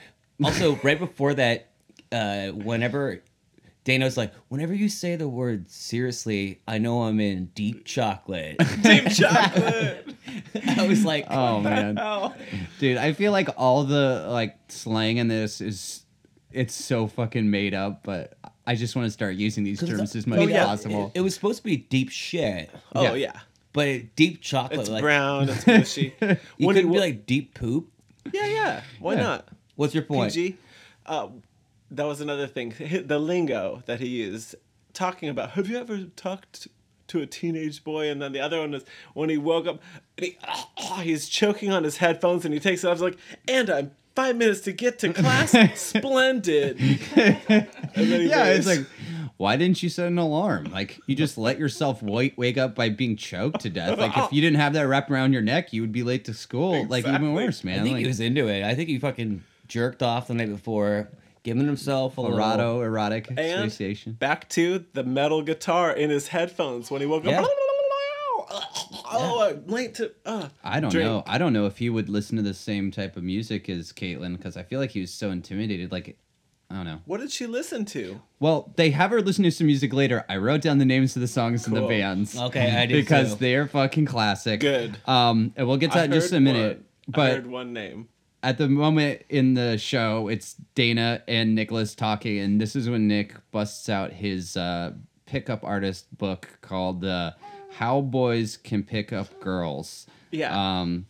Speaker 2: also, right before that, uh, whenever Dano's like, whenever you say the word seriously, I know I'm in deep chocolate. [laughs]
Speaker 3: deep [laughs] chocolate.
Speaker 2: I was like,
Speaker 1: Oh man.
Speaker 3: Oh.
Speaker 1: Dude, I feel like all the like slang in this is it's so fucking made up, but I just want to start using these
Speaker 2: [laughs] 'Cause it's-
Speaker 1: terms as
Speaker 2: I
Speaker 1: much
Speaker 2: mean,
Speaker 1: as
Speaker 2: yeah,
Speaker 1: possible.
Speaker 2: It, it was supposed to be deep shit,
Speaker 3: Oh
Speaker 1: Yeah.
Speaker 3: yeah.
Speaker 2: but it, deep chocolate,
Speaker 3: It's
Speaker 2: like
Speaker 3: brown. It's [laughs] mushy.
Speaker 2: you
Speaker 3: When
Speaker 2: couldn't
Speaker 3: it
Speaker 2: be
Speaker 3: wa-
Speaker 2: like deep poop.
Speaker 3: yeah, yeah. Why
Speaker 1: Yeah.
Speaker 3: not?
Speaker 2: What's your point?
Speaker 3: PG. Uh, that was another thing. [laughs] The lingo that he used, talking about. Have you ever talked to a teenage boy? And then the other one was when he woke up, and he, [laughs] he's choking on his headphones, and he takes it off. He's like, and I'm five minutes to get
Speaker 1: [laughs]
Speaker 3: to class. Splendid. And then he
Speaker 1: yeah, it's
Speaker 3: leaves.
Speaker 1: like, why didn't you set an alarm? Like, you just let yourself wake, wake up by being choked to death. Like,
Speaker 3: [laughs]
Speaker 1: if you didn't have that wrapped around your neck, you would be late to school. Like, even
Speaker 3: Exactly.
Speaker 1: worse, man.
Speaker 2: I think
Speaker 1: like,
Speaker 2: he was into it. I think he fucking jerked off the night before, giving himself a little.
Speaker 1: Colorado erotic
Speaker 3: And-
Speaker 1: asphyxiation.
Speaker 3: back to the metal guitar in his headphones when he woke
Speaker 2: Yeah.
Speaker 3: up. [laughs] Oh, I'm late to. Uh,
Speaker 1: I don't
Speaker 3: drink.
Speaker 1: know. I don't know if he would listen to the same type of music as Caitlyn because I feel like he was so intimidated. Like, I don't know.
Speaker 3: What did she listen to?
Speaker 1: Well, they have her listen to some music later. I wrote down the names of the songs and the
Speaker 3: Cool.
Speaker 1: bands.
Speaker 2: Okay, I
Speaker 1: [laughs]
Speaker 2: did
Speaker 1: because
Speaker 2: too.
Speaker 1: they're fucking classic.
Speaker 3: Good.
Speaker 1: Um, and we'll get to
Speaker 3: I
Speaker 1: that in just a
Speaker 3: heard
Speaker 1: minute.
Speaker 3: one. I
Speaker 1: But
Speaker 3: heard one name.
Speaker 1: at the moment in the show, it's Dana and Nicholas talking, and this is when Nick busts out his uh, pickup artist book called uh, "How Boys Can Pick Up Girls."
Speaker 3: Yeah.
Speaker 1: Um,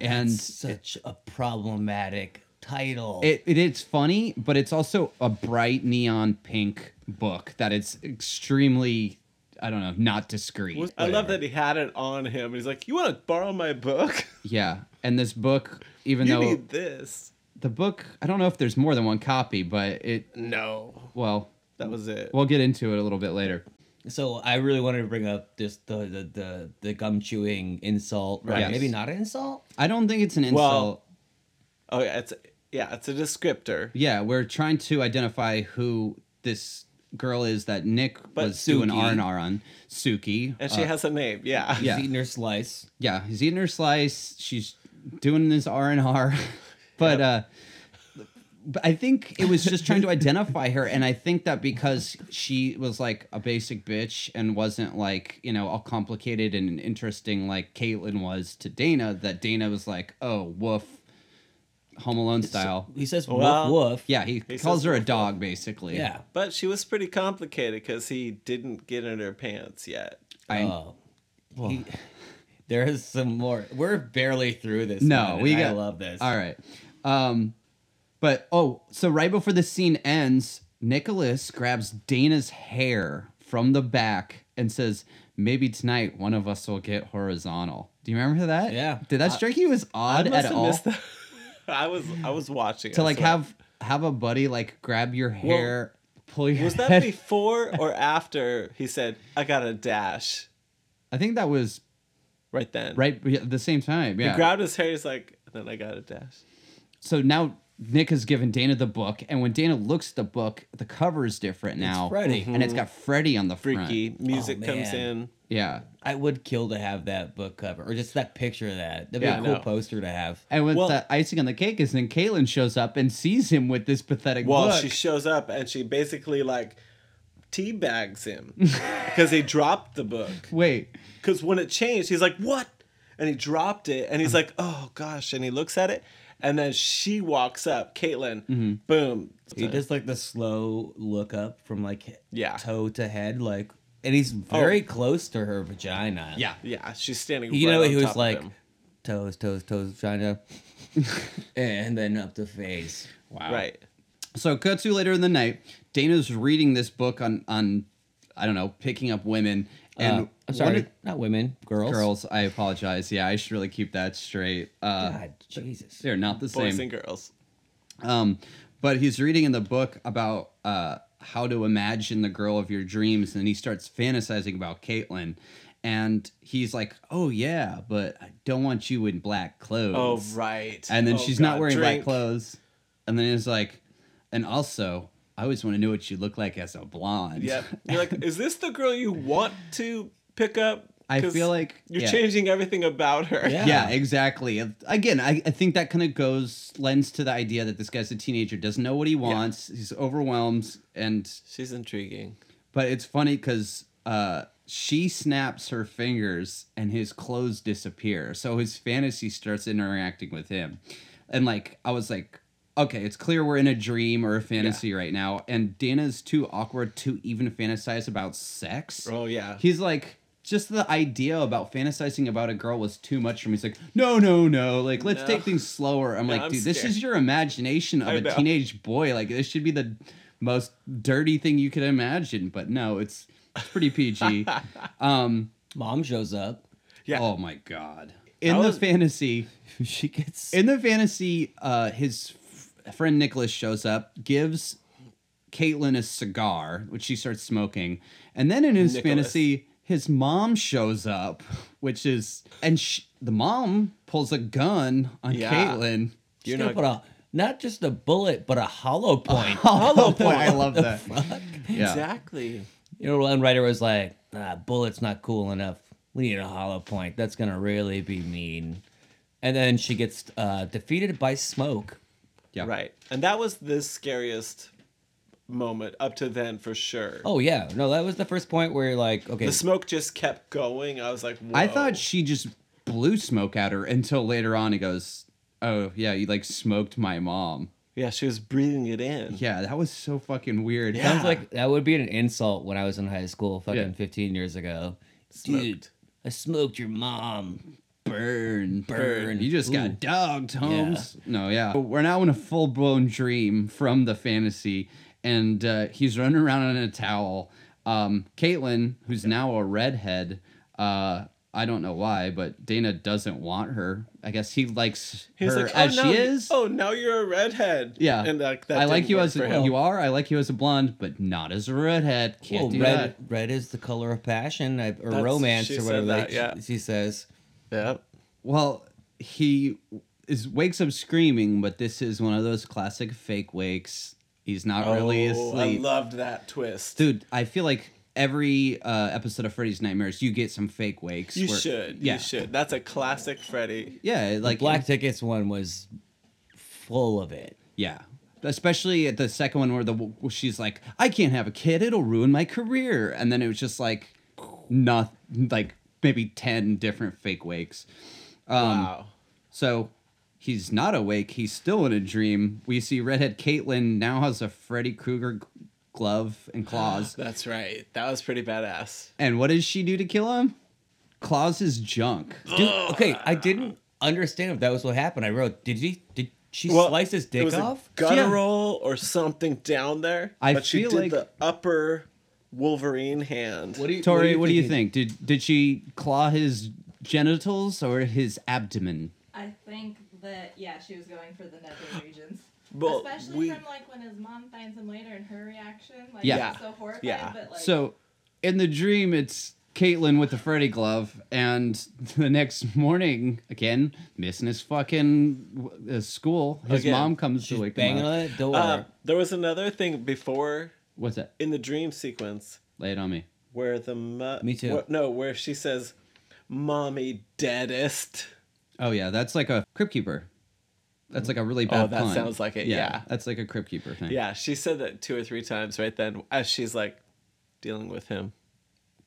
Speaker 1: and
Speaker 2: such a problematic title.
Speaker 1: Mm. it, it it's funny, but it's also a bright neon pink book that it's extremely, I don't know, not discreet.
Speaker 3: Was- I love
Speaker 1: Whatever.
Speaker 3: that he had it on him. He's like, "You want to borrow my book? [laughs]
Speaker 1: Yeah, and this book, even
Speaker 3: you
Speaker 1: though
Speaker 3: need this."
Speaker 1: the book, I don't know if there's more than one copy, but it
Speaker 3: No,
Speaker 1: well.
Speaker 3: that was it.
Speaker 1: We'll get into it a little bit later.
Speaker 2: so I really wanted to bring up this the the the, the gum chewing insult, right?
Speaker 1: Yes.
Speaker 2: Maybe not an insult.
Speaker 1: I don't think it's an insult.
Speaker 3: Well- oh yeah, it's yeah, it's a descriptor.
Speaker 1: yeah, we're trying to identify who this girl is that Nick
Speaker 3: But
Speaker 1: was doing
Speaker 2: Suki.
Speaker 1: R and R on Suki,
Speaker 3: And she
Speaker 1: Uh,
Speaker 3: has a name. Yeah.
Speaker 1: Yeah.
Speaker 2: He's eating her slice.
Speaker 1: yeah, he's eating her slice. She's doing this R and R, [laughs] but uh, but I think it was just trying to identify her, and I think that because she was like a basic bitch and wasn't like you know all complicated and interesting like Caitlyn was to Dana, that Dana was like, oh woof, Home Alone style.
Speaker 2: He says woof
Speaker 3: Well-
Speaker 2: woof.
Speaker 1: yeah, he,
Speaker 3: He
Speaker 1: calls
Speaker 3: says
Speaker 1: her a
Speaker 3: woof,
Speaker 1: dog basically.
Speaker 2: Yeah.
Speaker 3: [laughs] But she was pretty complicated because he didn't get in her pants yet.
Speaker 1: I,
Speaker 2: Uh, he- there is some more. We're barely through this.
Speaker 1: No,
Speaker 2: one, and
Speaker 1: we
Speaker 2: I
Speaker 1: got-
Speaker 2: love this.
Speaker 1: All right. Um, but oh, so right before the scene ends, Nicholas grabs Dana's hair from the back and says, "Maybe tonight one of us will get horizontal." Do you remember that?
Speaker 2: Yeah.
Speaker 1: Did that strike you as odd
Speaker 3: I must
Speaker 1: at
Speaker 3: have
Speaker 1: all?
Speaker 3: missed that. [laughs] I was I was watching.
Speaker 1: To
Speaker 3: I
Speaker 1: like
Speaker 3: swear.
Speaker 1: have have a buddy like grab your hair, pull your
Speaker 3: was
Speaker 1: head-
Speaker 3: that before or after he said I got a dash
Speaker 1: I think that was
Speaker 3: right then.
Speaker 1: right yeah, at the same time. Yeah.
Speaker 3: He grabbed his hair. He's like, then I got a dash.
Speaker 1: so now Nick has given Dana the book, and when Dana looks at the book, the cover is different now.
Speaker 2: Freddy.
Speaker 1: and it's got Freddy on the front.
Speaker 3: Freaky music
Speaker 2: Oh,
Speaker 3: comes
Speaker 2: man.
Speaker 3: in.
Speaker 1: Yeah.
Speaker 2: I would kill to have that book cover or just that picture of that. That'd be
Speaker 1: Yeah, I
Speaker 2: a cool
Speaker 3: know.
Speaker 2: poster to have.
Speaker 1: And what's
Speaker 3: Well-
Speaker 1: the icing on the cake is then Caitlin shows up and sees him with this pathetic
Speaker 3: Well,
Speaker 1: book.
Speaker 3: she shows up and she basically like
Speaker 1: [laughs]
Speaker 3: teabags him because he dropped the book.
Speaker 1: Wait,
Speaker 3: Because when it changed, he's like, what? And he dropped it and he's like, oh gosh. And he looks at it and then she walks up, Caitlin,
Speaker 1: Mm-hmm.
Speaker 3: boom.
Speaker 2: He does like the slow look up from like
Speaker 3: Yeah.
Speaker 2: toe to head, like, and he's very close to her vagina.
Speaker 1: yeah,
Speaker 3: Yeah, she's standing
Speaker 2: you
Speaker 3: right
Speaker 2: know
Speaker 3: on
Speaker 2: he
Speaker 3: top
Speaker 2: was
Speaker 3: of
Speaker 2: like
Speaker 3: him.
Speaker 2: toes, toes, toes, vagina, and then up the face.
Speaker 1: wow,
Speaker 3: right.
Speaker 1: So it cuts to later in the night. Dana's reading this book on on, I don't know, picking up women and
Speaker 2: Uh, I'm sorry,
Speaker 1: one
Speaker 2: not women,
Speaker 1: of-
Speaker 2: girls.
Speaker 1: girls. I apologize. Yeah, I should really keep that straight. Uh,
Speaker 2: God, Jesus.
Speaker 1: They're not the
Speaker 3: Boys
Speaker 1: same.
Speaker 3: and girls.
Speaker 1: Um, but he's reading in the book about uh, how to imagine the girl of your dreams, and he starts fantasizing about Caitlyn. And he's like, "Oh yeah, but I don't want you in black clothes."
Speaker 3: Oh, right.
Speaker 1: And then
Speaker 3: Oh,
Speaker 1: she's
Speaker 3: God,
Speaker 1: not wearing black
Speaker 3: drink.
Speaker 1: clothes. And then it's like, and also, I always want to know what you look like as a blonde.
Speaker 3: Yep. You're like, is this the girl you want to pick up?
Speaker 1: [laughs] I
Speaker 3: 'Cause
Speaker 1: feel like
Speaker 3: you're
Speaker 1: yeah.
Speaker 3: changing everything about her.
Speaker 2: Yeah.
Speaker 1: Yeah, exactly. Again, I, I think that kind of goes lends to the idea that this guy's a teenager, doesn't know what he wants, he's overwhelmed, and
Speaker 3: She's intriguing.
Speaker 1: but it's funny because uh, she snaps her fingers and his clothes disappear. So his fantasy starts interacting with him, and like I was like, okay, it's clear we're in a dream or a fantasy right now. And Dana's too awkward to even fantasize about sex.
Speaker 3: Oh yeah.
Speaker 1: He's like. Just the idea about fantasizing about a girl was too much for me. He's like, no, no, no. Like, let's
Speaker 3: No.
Speaker 1: take things slower. I'm
Speaker 3: No,
Speaker 1: like,
Speaker 3: I'm
Speaker 1: dude, this
Speaker 3: scared.
Speaker 1: is your imagination of
Speaker 3: I
Speaker 1: a
Speaker 3: know.
Speaker 1: teenage boy. Like, this should be the most dirty thing you could imagine. But no, it's, it's pretty PG. um,
Speaker 2: Mom shows up.
Speaker 3: [laughs]
Speaker 2: [laughs]
Speaker 3: Yeah.
Speaker 1: Oh my god. In
Speaker 3: That
Speaker 1: the
Speaker 3: was-
Speaker 1: fantasy,
Speaker 2: She gets
Speaker 1: in the fantasy, uh, his f- friend Nicholas shows up, gives Caitlin a cigar, which she starts smoking, and then in his
Speaker 3: Nicholas.
Speaker 1: fantasy, his mom shows up, which is and sh the mom pulls a gun on
Speaker 3: Yeah.
Speaker 1: Caitlin.
Speaker 2: she's
Speaker 3: You're
Speaker 2: gonna
Speaker 3: not-
Speaker 2: put a not just a bullet, but a hollow point. [laughs]
Speaker 1: Hollow point. I love that.
Speaker 2: Fuck.
Speaker 1: Yeah.
Speaker 3: Exactly.
Speaker 2: You know, one writer was like, ah, bullet's not cool enough. We need a hollow point. That's going to really be mean. And then she gets uh, defeated by smoke.
Speaker 1: Yeah.
Speaker 3: Right. And that was the scariest moment up to then for sure.
Speaker 2: Oh, yeah. No, that was the first point where you're like, okay.
Speaker 3: The smoke just kept going. I was like, Whoa.
Speaker 1: I thought she just blew smoke at her until later on. He goes, "Oh yeah, you like smoked my mom."
Speaker 3: Yeah, she was breathing it in.
Speaker 1: Yeah, that was so fucking weird.
Speaker 3: Yeah.
Speaker 2: sounds like that would be an insult when I was in high school fucking
Speaker 1: Yeah.
Speaker 2: 15 years ago. Dude,
Speaker 3: Smoked.
Speaker 2: I smoked your mom.
Speaker 1: burn, burn.
Speaker 2: Burn.
Speaker 1: You just
Speaker 2: Ooh.
Speaker 1: got dogged, Holmes. No, yeah. We're now in a full blown dream from the fantasy, and uh, he's running around in a towel. Um, Caitlin, who's now a redhead, uh, I don't know why, but Dana doesn't want her. I guess he likes
Speaker 3: He's
Speaker 1: her
Speaker 3: like, oh,
Speaker 1: as
Speaker 3: now,
Speaker 1: she
Speaker 3: you-
Speaker 1: is.
Speaker 3: Oh, now you're a redhead.
Speaker 1: Yeah,
Speaker 3: And like that.
Speaker 1: I like
Speaker 3: didn't
Speaker 1: you
Speaker 3: work
Speaker 1: as
Speaker 3: for
Speaker 1: a,
Speaker 3: him.
Speaker 1: you are. I like you as a blonde, but not as a redhead. Can't
Speaker 2: Well,
Speaker 1: do
Speaker 2: Oh, red, red is the color of passion I- or
Speaker 3: That's-
Speaker 2: romance
Speaker 3: she
Speaker 2: or
Speaker 3: said
Speaker 2: whatever
Speaker 3: that,
Speaker 2: they-
Speaker 3: yeah.
Speaker 2: she, she says.
Speaker 3: Yep.
Speaker 1: Well, he is wakes up screaming, but this is one of those classic fake wakes. He's not really
Speaker 3: Oh,
Speaker 1: asleep.
Speaker 3: I loved that twist.
Speaker 1: Dude, I feel like every uh, episode of Freddy's Nightmares, you get some fake wakes.
Speaker 3: you
Speaker 1: where-
Speaker 3: should.
Speaker 1: Yeah.
Speaker 3: You should. That's a classic Freddy.
Speaker 1: Yeah, like
Speaker 2: Black Tickets one was full of it.
Speaker 1: Yeah. Especially at the second one where the where she's like, I can't have a kid, it'll ruin my career. And then it was just like not like maybe 10 different fake wakes. Um,
Speaker 3: wow.
Speaker 1: So he's not awake. He's still in a dream. We see redhead Caitlin now has a Freddy Krueger g- glove and
Speaker 3: [gasps]
Speaker 1: claws.
Speaker 3: That's right. That was pretty badass.
Speaker 1: and what does she do to kill him? Claws his junk.
Speaker 2: Dude, okay, I didn't understand if that was what happened. I wrote, did he did She
Speaker 3: Well,
Speaker 2: sliced his
Speaker 3: it
Speaker 2: dick
Speaker 3: was
Speaker 2: off.
Speaker 3: a guttural
Speaker 1: Yeah.
Speaker 3: or something down there.
Speaker 1: I
Speaker 3: but she
Speaker 1: feel
Speaker 3: did
Speaker 1: like-
Speaker 3: the upper Wolverine hand.
Speaker 2: do you,
Speaker 1: Tori, what do you think? Did did she claw his genitals or his abdomen?
Speaker 4: I think that yeah, she was going for the nether regions.
Speaker 3: Well,
Speaker 4: Especially
Speaker 3: we-
Speaker 4: from like when his mom finds him later and her reaction, like
Speaker 1: Yeah.
Speaker 4: yeah. so horrified.
Speaker 3: Yeah.
Speaker 4: But like,
Speaker 1: So, in the dream, it's Caitlin with the Freddy glove, and [laughs] the next morning, again, missing his fucking uh, school. His
Speaker 3: Again,
Speaker 1: mom comes
Speaker 2: She's
Speaker 1: to wake
Speaker 2: banging
Speaker 1: him up.
Speaker 2: on it. Don't
Speaker 3: Uh,
Speaker 2: worry.
Speaker 3: there was another thing before
Speaker 1: What's that?
Speaker 3: in the dream sequence
Speaker 1: Lay it on me.
Speaker 3: where the mo-
Speaker 2: Me too.
Speaker 3: where- no, where she says, "Mommy, deadest."
Speaker 1: Oh yeah, that's like a crypt keeper. That's like a really bad.
Speaker 3: Oh, that
Speaker 1: pun.
Speaker 3: sounds like it, yeah.
Speaker 1: that's like a crypt keeper thing.
Speaker 3: Yeah, she said that two or three times right then as she's like dealing with him.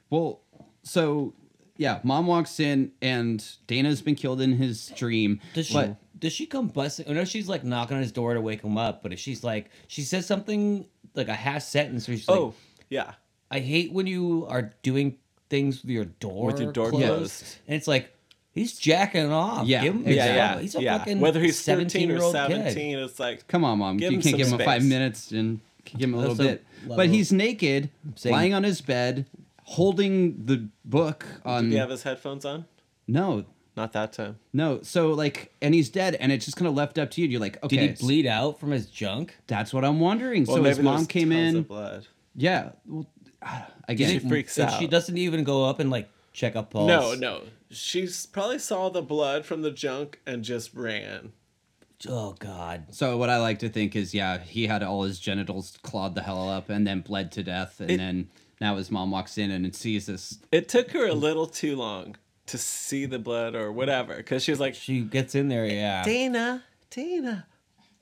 Speaker 1: Well, so yeah, mom walks in and Dana's been killed in his dream.
Speaker 2: Does she?
Speaker 1: but
Speaker 2: Does she come busting? I know she's like knocking on his door to wake him up, but if she's like, she says something like a half sentence, where she's like,
Speaker 3: oh, yeah.
Speaker 2: "I hate when you are doing things with your door
Speaker 3: With your door closed.
Speaker 2: and it's like he's jacking off.
Speaker 1: Yeah,
Speaker 2: Give him-
Speaker 1: Yeah,
Speaker 3: Yeah, yeah.
Speaker 2: He's a
Speaker 3: yeah.
Speaker 2: fucking
Speaker 3: Whether he's 13 or
Speaker 2: 17-year-old
Speaker 3: 17,
Speaker 2: kid.
Speaker 3: it's like
Speaker 1: come on, mom,
Speaker 3: Give
Speaker 1: you
Speaker 3: him
Speaker 1: can't give
Speaker 3: some
Speaker 1: him a five
Speaker 3: space.
Speaker 1: minles and give him a little
Speaker 2: That's a
Speaker 1: bit.
Speaker 2: level.
Speaker 1: But he's naked,
Speaker 2: saying-
Speaker 1: lying on his bed, holding the book on.
Speaker 3: did he have his headphones on?
Speaker 1: No,
Speaker 3: Not that time.
Speaker 1: no. So like, and he's dead, and it's just kind of left up to you. And you're like, okay,
Speaker 2: Did he bleed out from his junk?
Speaker 1: That's what I'm wondering.
Speaker 3: Well,
Speaker 1: so his
Speaker 3: maybe there
Speaker 1: mom
Speaker 3: was
Speaker 1: came
Speaker 3: tons
Speaker 1: in.
Speaker 3: Of blood.
Speaker 1: Yeah. Well, [sighs] I- I guess
Speaker 3: She
Speaker 1: it-
Speaker 3: freaks
Speaker 2: And
Speaker 3: out.
Speaker 2: She doesn't even go up and like check up pulse.
Speaker 3: No, no. She s- probably saw the blood from the junk and just ran.
Speaker 2: Oh God.
Speaker 1: So what I like to think is, yeah, he had all his genitals clawed the hell up and then bled to death, and
Speaker 3: It-
Speaker 1: then now his mom walks in and sees this.
Speaker 3: It took her
Speaker 1: Mm.
Speaker 3: a little too long to see the blood or whatever because she was like,
Speaker 2: She gets in there. Yeah.
Speaker 3: Dana, Dana,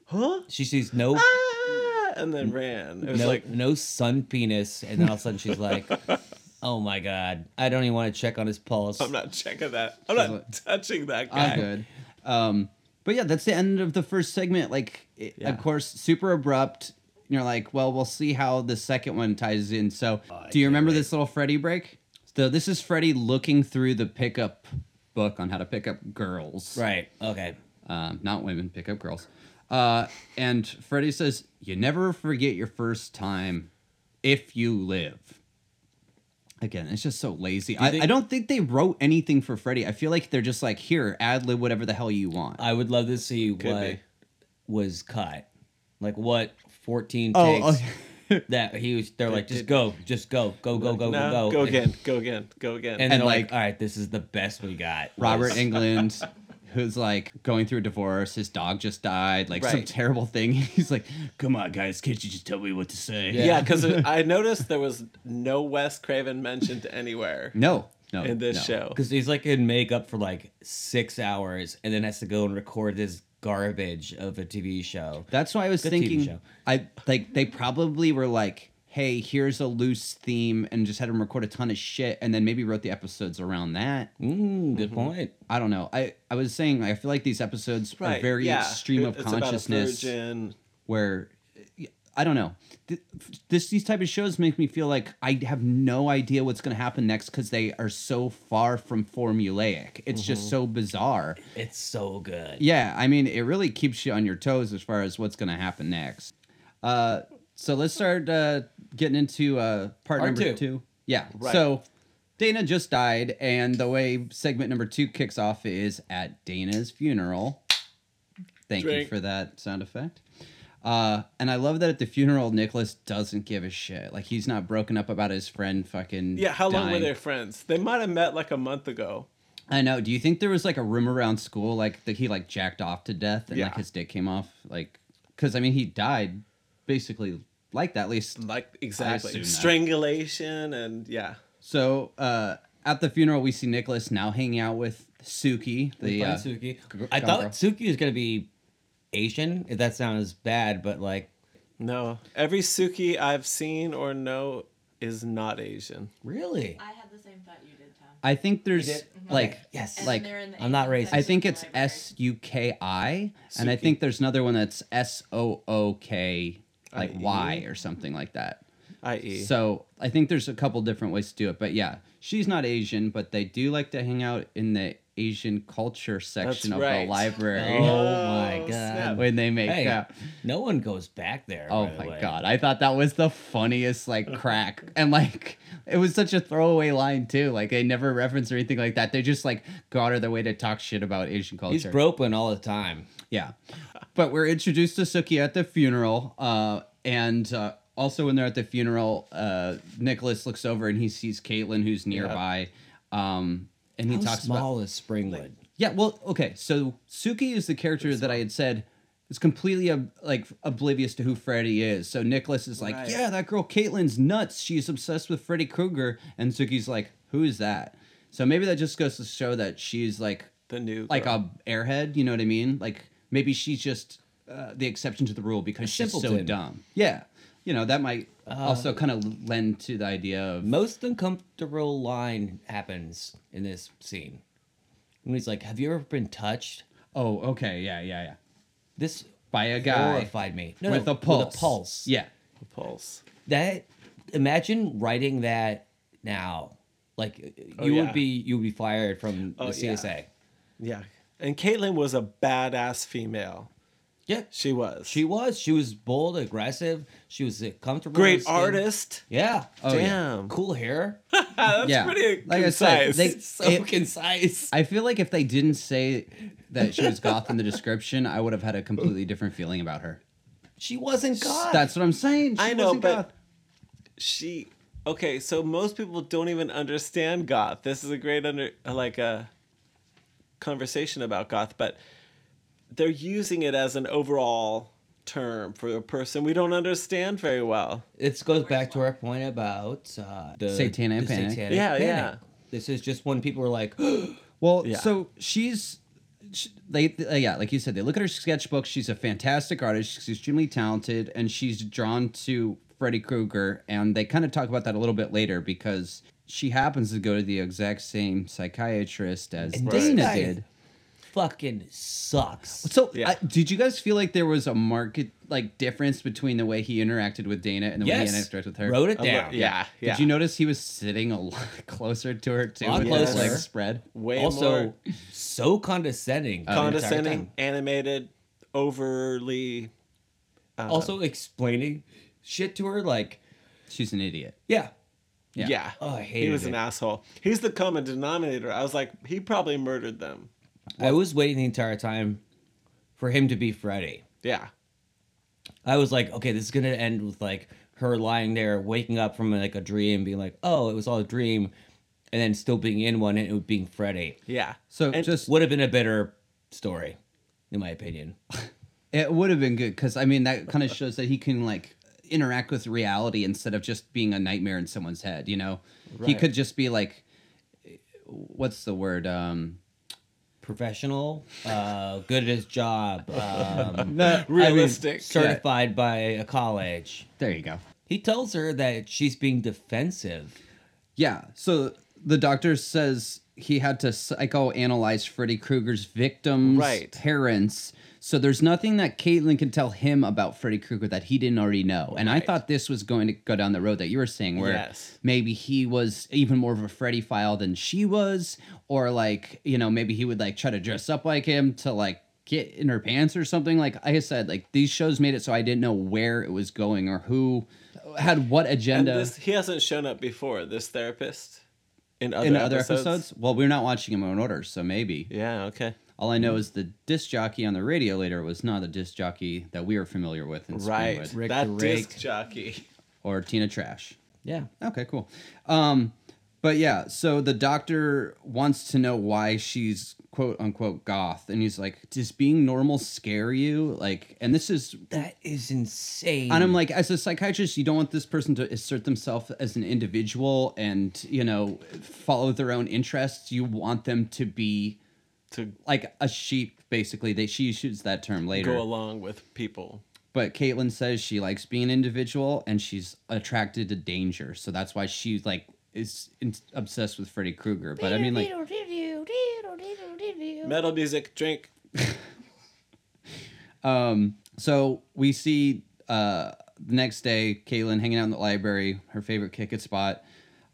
Speaker 3: huh?
Speaker 2: She sees
Speaker 1: mm.
Speaker 2: no.
Speaker 3: Ah, and then ran. It was
Speaker 2: no,
Speaker 3: like,
Speaker 2: no sun penis, and then all of a sudden
Speaker 3: [laughs]
Speaker 2: she's like, "Oh my god, I don't even want to check on his pulse."
Speaker 3: I'm not checking that. I'm not
Speaker 1: like,
Speaker 3: touching that guy.
Speaker 1: I'm good. Um, but yeah, that's the end of the first segment. Like, it,
Speaker 3: Yeah.
Speaker 1: of course, super abrupt. And you're like, well, we'll see how the second one ties in. So, do you remember this little Freddy break? So this is Freddy looking through the pickup book on how to pick up girls.
Speaker 2: Right. Okay.
Speaker 1: um, not women, pick up girls. Uh, and Freddie says, You never forget your first time if you live. Again, it's just so lazy. I,
Speaker 2: think-
Speaker 1: I don't think they wrote anything for Freddie. I feel like they're just like, Here, ad lib whatever the hell you want.
Speaker 3: Uh,
Speaker 2: I would love to see
Speaker 3: Could
Speaker 2: what
Speaker 3: be.
Speaker 2: was cut, like what 14
Speaker 1: Oh,
Speaker 2: takes
Speaker 3: [laughs]
Speaker 2: [laughs] that he was. They're like, just go, just go, go, go, go,
Speaker 3: no,
Speaker 2: go, go,
Speaker 3: go again, go again, go again.
Speaker 2: And, then
Speaker 1: And,
Speaker 2: like,
Speaker 1: like-
Speaker 2: all right, this is the best we got.
Speaker 1: Robert
Speaker 2: Was-
Speaker 1: England, who's like going through a divorce, his dog just died, like some
Speaker 3: Right.
Speaker 1: terrible thing. [laughs] He's like, Come on, guys, can't you just tell me what to say?
Speaker 2: Yeah.
Speaker 3: yeah, because
Speaker 1: [laughs]
Speaker 3: I noticed there was no Wes Craven mentioned
Speaker 1: [laughs]
Speaker 3: anywhere
Speaker 1: No, no.
Speaker 3: in this
Speaker 1: no.
Speaker 3: show.
Speaker 2: Because he's like in makeup for like six hours and then has to go and record this garbage of a TV show.
Speaker 1: That's why I was
Speaker 2: Good TV
Speaker 1: thinking.
Speaker 2: show.
Speaker 1: I like they probably were like, "Hey, here's a loose theme," and just had him record a ton of shit, and then maybe wrote the episodes around that.
Speaker 2: Mm, good point.
Speaker 1: I don't know. I I was saying I feel like these episodes are very
Speaker 3: yeah.
Speaker 1: stream
Speaker 3: It-
Speaker 1: of
Speaker 3: it's about a
Speaker 1: consciousness,
Speaker 3: virgin.
Speaker 1: where I don't know. Th- This these type of shows make me feel like I have no idea what's going to happen next because they are so far from formulaic. It's
Speaker 2: Mm-hmm.
Speaker 1: just so bizarre.
Speaker 2: It's so good.
Speaker 1: Yeah, I mean, it really keeps you on your toes as far as what's going to happen next. Uh, so let's start uh, getting into uh, part,
Speaker 2: Part
Speaker 1: number
Speaker 2: two.
Speaker 1: two. Yeah.
Speaker 3: Right.
Speaker 1: So Dana just died, and the way segment number two kicks off is at Dana's funeral. Thank you
Speaker 3: Drink.
Speaker 1: for that sound effect. Uh, and I love that at the funeral, Nicholas doesn't give a shit. Like he's not broken up about his friend fucking.
Speaker 3: Yeah, how long were
Speaker 1: dying.
Speaker 3: they friends? They might have met like a month ago.
Speaker 1: I know. Do you think there was like a rumor around school like that he like jacked off to death and like
Speaker 3: Yeah.
Speaker 1: his dick came off? Like, because I mean, he died basically like that, at least.
Speaker 3: Like
Speaker 1: assume
Speaker 3: exactly
Speaker 1: that.
Speaker 3: strangulation and yeah.
Speaker 1: So, uh, at the funeral, we see Nicholas now hanging out with Suki,
Speaker 2: We
Speaker 1: the
Speaker 2: find
Speaker 1: uh,
Speaker 2: Suki. I
Speaker 1: gone
Speaker 2: thought
Speaker 1: girl.
Speaker 2: Suki was gonna be Asian. If that sounds bad, but like
Speaker 3: No, every Suki I've seen or know is not Asian.
Speaker 2: really,
Speaker 4: I had the same thought you did, Tom.
Speaker 1: I think
Speaker 2: You
Speaker 1: there's
Speaker 2: did? Mhm.
Speaker 1: like,
Speaker 2: Okay. Yes.
Speaker 4: And
Speaker 1: like
Speaker 4: they're in the
Speaker 2: I'm not
Speaker 4: Asian
Speaker 2: racist.
Speaker 4: section
Speaker 1: I
Speaker 4: of
Speaker 1: think
Speaker 4: the
Speaker 1: it's
Speaker 4: library.
Speaker 1: S U K I, and I
Speaker 3: Suki.
Speaker 1: think there's another one that's S O O K, like
Speaker 3: I E?
Speaker 1: Y or something like that.
Speaker 3: I.e.
Speaker 1: So I think there's a couple different ways to do it, but yeah, she's not Asian, but they do like to hang out in the Asian culture section of
Speaker 3: right.
Speaker 1: the library
Speaker 2: Oh my
Speaker 3: Oh,
Speaker 2: god.
Speaker 1: [laughs]
Speaker 3: snap.
Speaker 1: when they make
Speaker 2: Hey,
Speaker 1: that.
Speaker 2: no one goes back there.
Speaker 1: Oh
Speaker 2: by the
Speaker 1: my
Speaker 2: way.
Speaker 1: god, I thought that was the funniest like crack, and like it was such a throwaway line too. Like they never reference or anything like that. They just like go out of their way to talk shit about Asian culture.
Speaker 2: He's broken all the time.
Speaker 1: Yeah. But we're introduced to Suki at the funeral. Uh, and uh, also, when they're at the funeral, uh, Nicholas looks over and he sees Caitlin, who's nearby. Um, and he
Speaker 2: How
Speaker 1: talks about.
Speaker 2: small is Springwood?
Speaker 1: Yeah, well, okay. So Suki is the character that I had said is completely ob- like oblivious to who Freddy is. So Nicholas is like,
Speaker 3: Right.
Speaker 1: "Yeah, that girl Caitlin's nuts. She's obsessed with Freddy Krueger." And Suki's like, "Who is that?" So maybe that just goes to show that she's like
Speaker 3: The new
Speaker 1: like
Speaker 3: girl.
Speaker 1: a airhead. You know what I mean? Like maybe she's just uh, the exception to the rule because she's so
Speaker 2: simpleton. Uh,
Speaker 1: dumb. Yeah, you know that might also kind of lend to the idea of
Speaker 2: Most uncomfortable line happens in this scene. When he's like, Have you ever been touched?
Speaker 1: oh okay yeah yeah yeah
Speaker 2: This
Speaker 1: by a guy
Speaker 2: horrified me. No,
Speaker 1: with
Speaker 2: no,
Speaker 1: a pulse
Speaker 2: With a pulse.
Speaker 1: yeah
Speaker 3: pulse.
Speaker 2: That imagine writing that now. Like you
Speaker 3: Oh, yeah.
Speaker 2: would be you would be fired from
Speaker 3: Oh,
Speaker 2: the
Speaker 3: yeah.
Speaker 2: CSA.
Speaker 3: Yeah. And Caitlyn was a badass female.
Speaker 2: Yeah.
Speaker 3: She was.
Speaker 2: She was. She was bold, aggressive. She was uh, comfortable. in her
Speaker 3: great
Speaker 2: skin.
Speaker 3: artist.
Speaker 2: Yeah.
Speaker 1: Oh, yeah.
Speaker 3: Damn.
Speaker 2: Cool hair.
Speaker 3: That's
Speaker 1: Yeah.
Speaker 3: pretty
Speaker 1: Like I said,
Speaker 3: concise.
Speaker 1: they-
Speaker 2: so
Speaker 1: It-
Speaker 2: concise.
Speaker 1: I feel like if they didn't say that she was goth in the description, I would have had a completely different feeling about her.
Speaker 2: She wasn't God.
Speaker 1: That's what I'm saying. She
Speaker 3: I know,
Speaker 1: wasn't
Speaker 3: but
Speaker 1: goth.
Speaker 3: she okay so most people don't even understand goth this is a great under like a conversation about goth but they're using it as an overall term for a person we don't understand very well
Speaker 2: it goes back to our point about uh, the
Speaker 1: Satanic
Speaker 2: the
Speaker 1: panic.
Speaker 2: satanic
Speaker 3: Yeah,
Speaker 2: panic.
Speaker 3: yeah.
Speaker 2: This is just when people are like, [gasps]
Speaker 1: Well,
Speaker 3: Yeah.
Speaker 1: so she's sh they uh, yeah, like you said, they look at her sketchbook. She's a fantastic artist. She's extremely talented, and she's drawn to Freddy Krueger. And they kind of talk about that a little bit later because she happens to go to the exact same psychiatrist as
Speaker 2: And this
Speaker 1: Dana
Speaker 2: guy-
Speaker 1: did.
Speaker 2: "Fucking sucks."
Speaker 1: So,
Speaker 3: Yeah.
Speaker 1: uh, did you guys feel like there was a market like difference between the way he interacted with Dana and the way he
Speaker 2: Yes.
Speaker 1: interacted with her?
Speaker 2: Wrote it
Speaker 3: A li-
Speaker 2: down.
Speaker 3: yeah yeah
Speaker 1: Did you notice he was sitting a lot [laughs] closer to her too?
Speaker 2: Lot
Speaker 1: with his
Speaker 3: closer.
Speaker 1: legs spread.
Speaker 3: way
Speaker 2: also,
Speaker 3: more
Speaker 2: so condescending. the entire
Speaker 3: condescending
Speaker 2: time.
Speaker 3: animated overly uh,
Speaker 2: also explaining shit to her like,
Speaker 1: She's an idiot.
Speaker 2: yeah.
Speaker 1: Yeah.
Speaker 3: yeah,
Speaker 2: Oh, I
Speaker 3: he
Speaker 2: hated
Speaker 3: was
Speaker 2: it.
Speaker 3: an asshole he's the common denominator i was like he probably murdered them
Speaker 2: I was waiting the entire time for him to be Freddy.
Speaker 3: yeah
Speaker 2: I was like, okay, this is gonna end with like her lying there, waking up from like a dream, being like, oh, it was all a dream, and then still being in one, and it being Freddy.
Speaker 3: yeah
Speaker 1: So
Speaker 3: And
Speaker 1: just
Speaker 2: Would have been a better story, in my opinion.
Speaker 1: It would have been good because I mean that kind of shows that he can like interact with reality instead of just being a nightmare in someone's head. You know, he
Speaker 3: Right.
Speaker 1: could just be like, what's the word? Um,
Speaker 2: Professional, uh, good at his job, um,
Speaker 3: realistic
Speaker 2: certified by a college.
Speaker 1: there you go.
Speaker 2: He tells her that she's being defensive.
Speaker 1: Yeah. So the doctor says he had to psychoanalyze Freddy Krueger's victims'
Speaker 3: Right.
Speaker 1: parents. So there's nothing that Caitlin can tell him about Freddy Krueger that he didn't already know. And I
Speaker 3: Right.
Speaker 1: thought this was going to go down the road that you were saying, where
Speaker 3: Yes.
Speaker 1: maybe he was even more of a Freddy file than she was, or like you know maybe he would like try to dress up like him to like get in her pants or something. Like I said, like these shows made it so I didn't know where it was going or who had what
Speaker 3: And
Speaker 1: agenda.
Speaker 3: this, he hasn't shown up before, this therapist. In other,
Speaker 1: in other
Speaker 3: episodes?
Speaker 1: episodes? Well, we're not watching them in order, so maybe.
Speaker 3: Yeah, okay.
Speaker 1: All I know is the disc jockey on the radio later was not a disc jockey that we are familiar with in
Speaker 3: Right.
Speaker 1: Springwood
Speaker 2: Rick
Speaker 3: that
Speaker 2: the
Speaker 3: disc
Speaker 1: [laughs]
Speaker 2: Rake.
Speaker 3: jockey.
Speaker 1: or Tina Trash.
Speaker 2: Yeah,
Speaker 1: Okay, cool. Um, but yeah, so the doctor wants to know why she's quote unquote goth, and he's like, "Does being normal scare you?" Like, and this is
Speaker 2: that is insane.
Speaker 1: And I'm like, as a psychiatrist, you don't want this person to assert themselves as an individual and, you know, follow their own interests. You want them to be
Speaker 3: To
Speaker 1: like a sheep, basically. They she uses that term later.
Speaker 3: go along with people.
Speaker 1: But Caitlin says she likes being an individual and she's attracted to danger. So that's why she like is in- obsessed with Freddy Krueger. But I mean like
Speaker 3: Metal music, drink.
Speaker 1: Um, so we see uh, the next day, Caitlin hanging out in the library, her favorite kick it spot.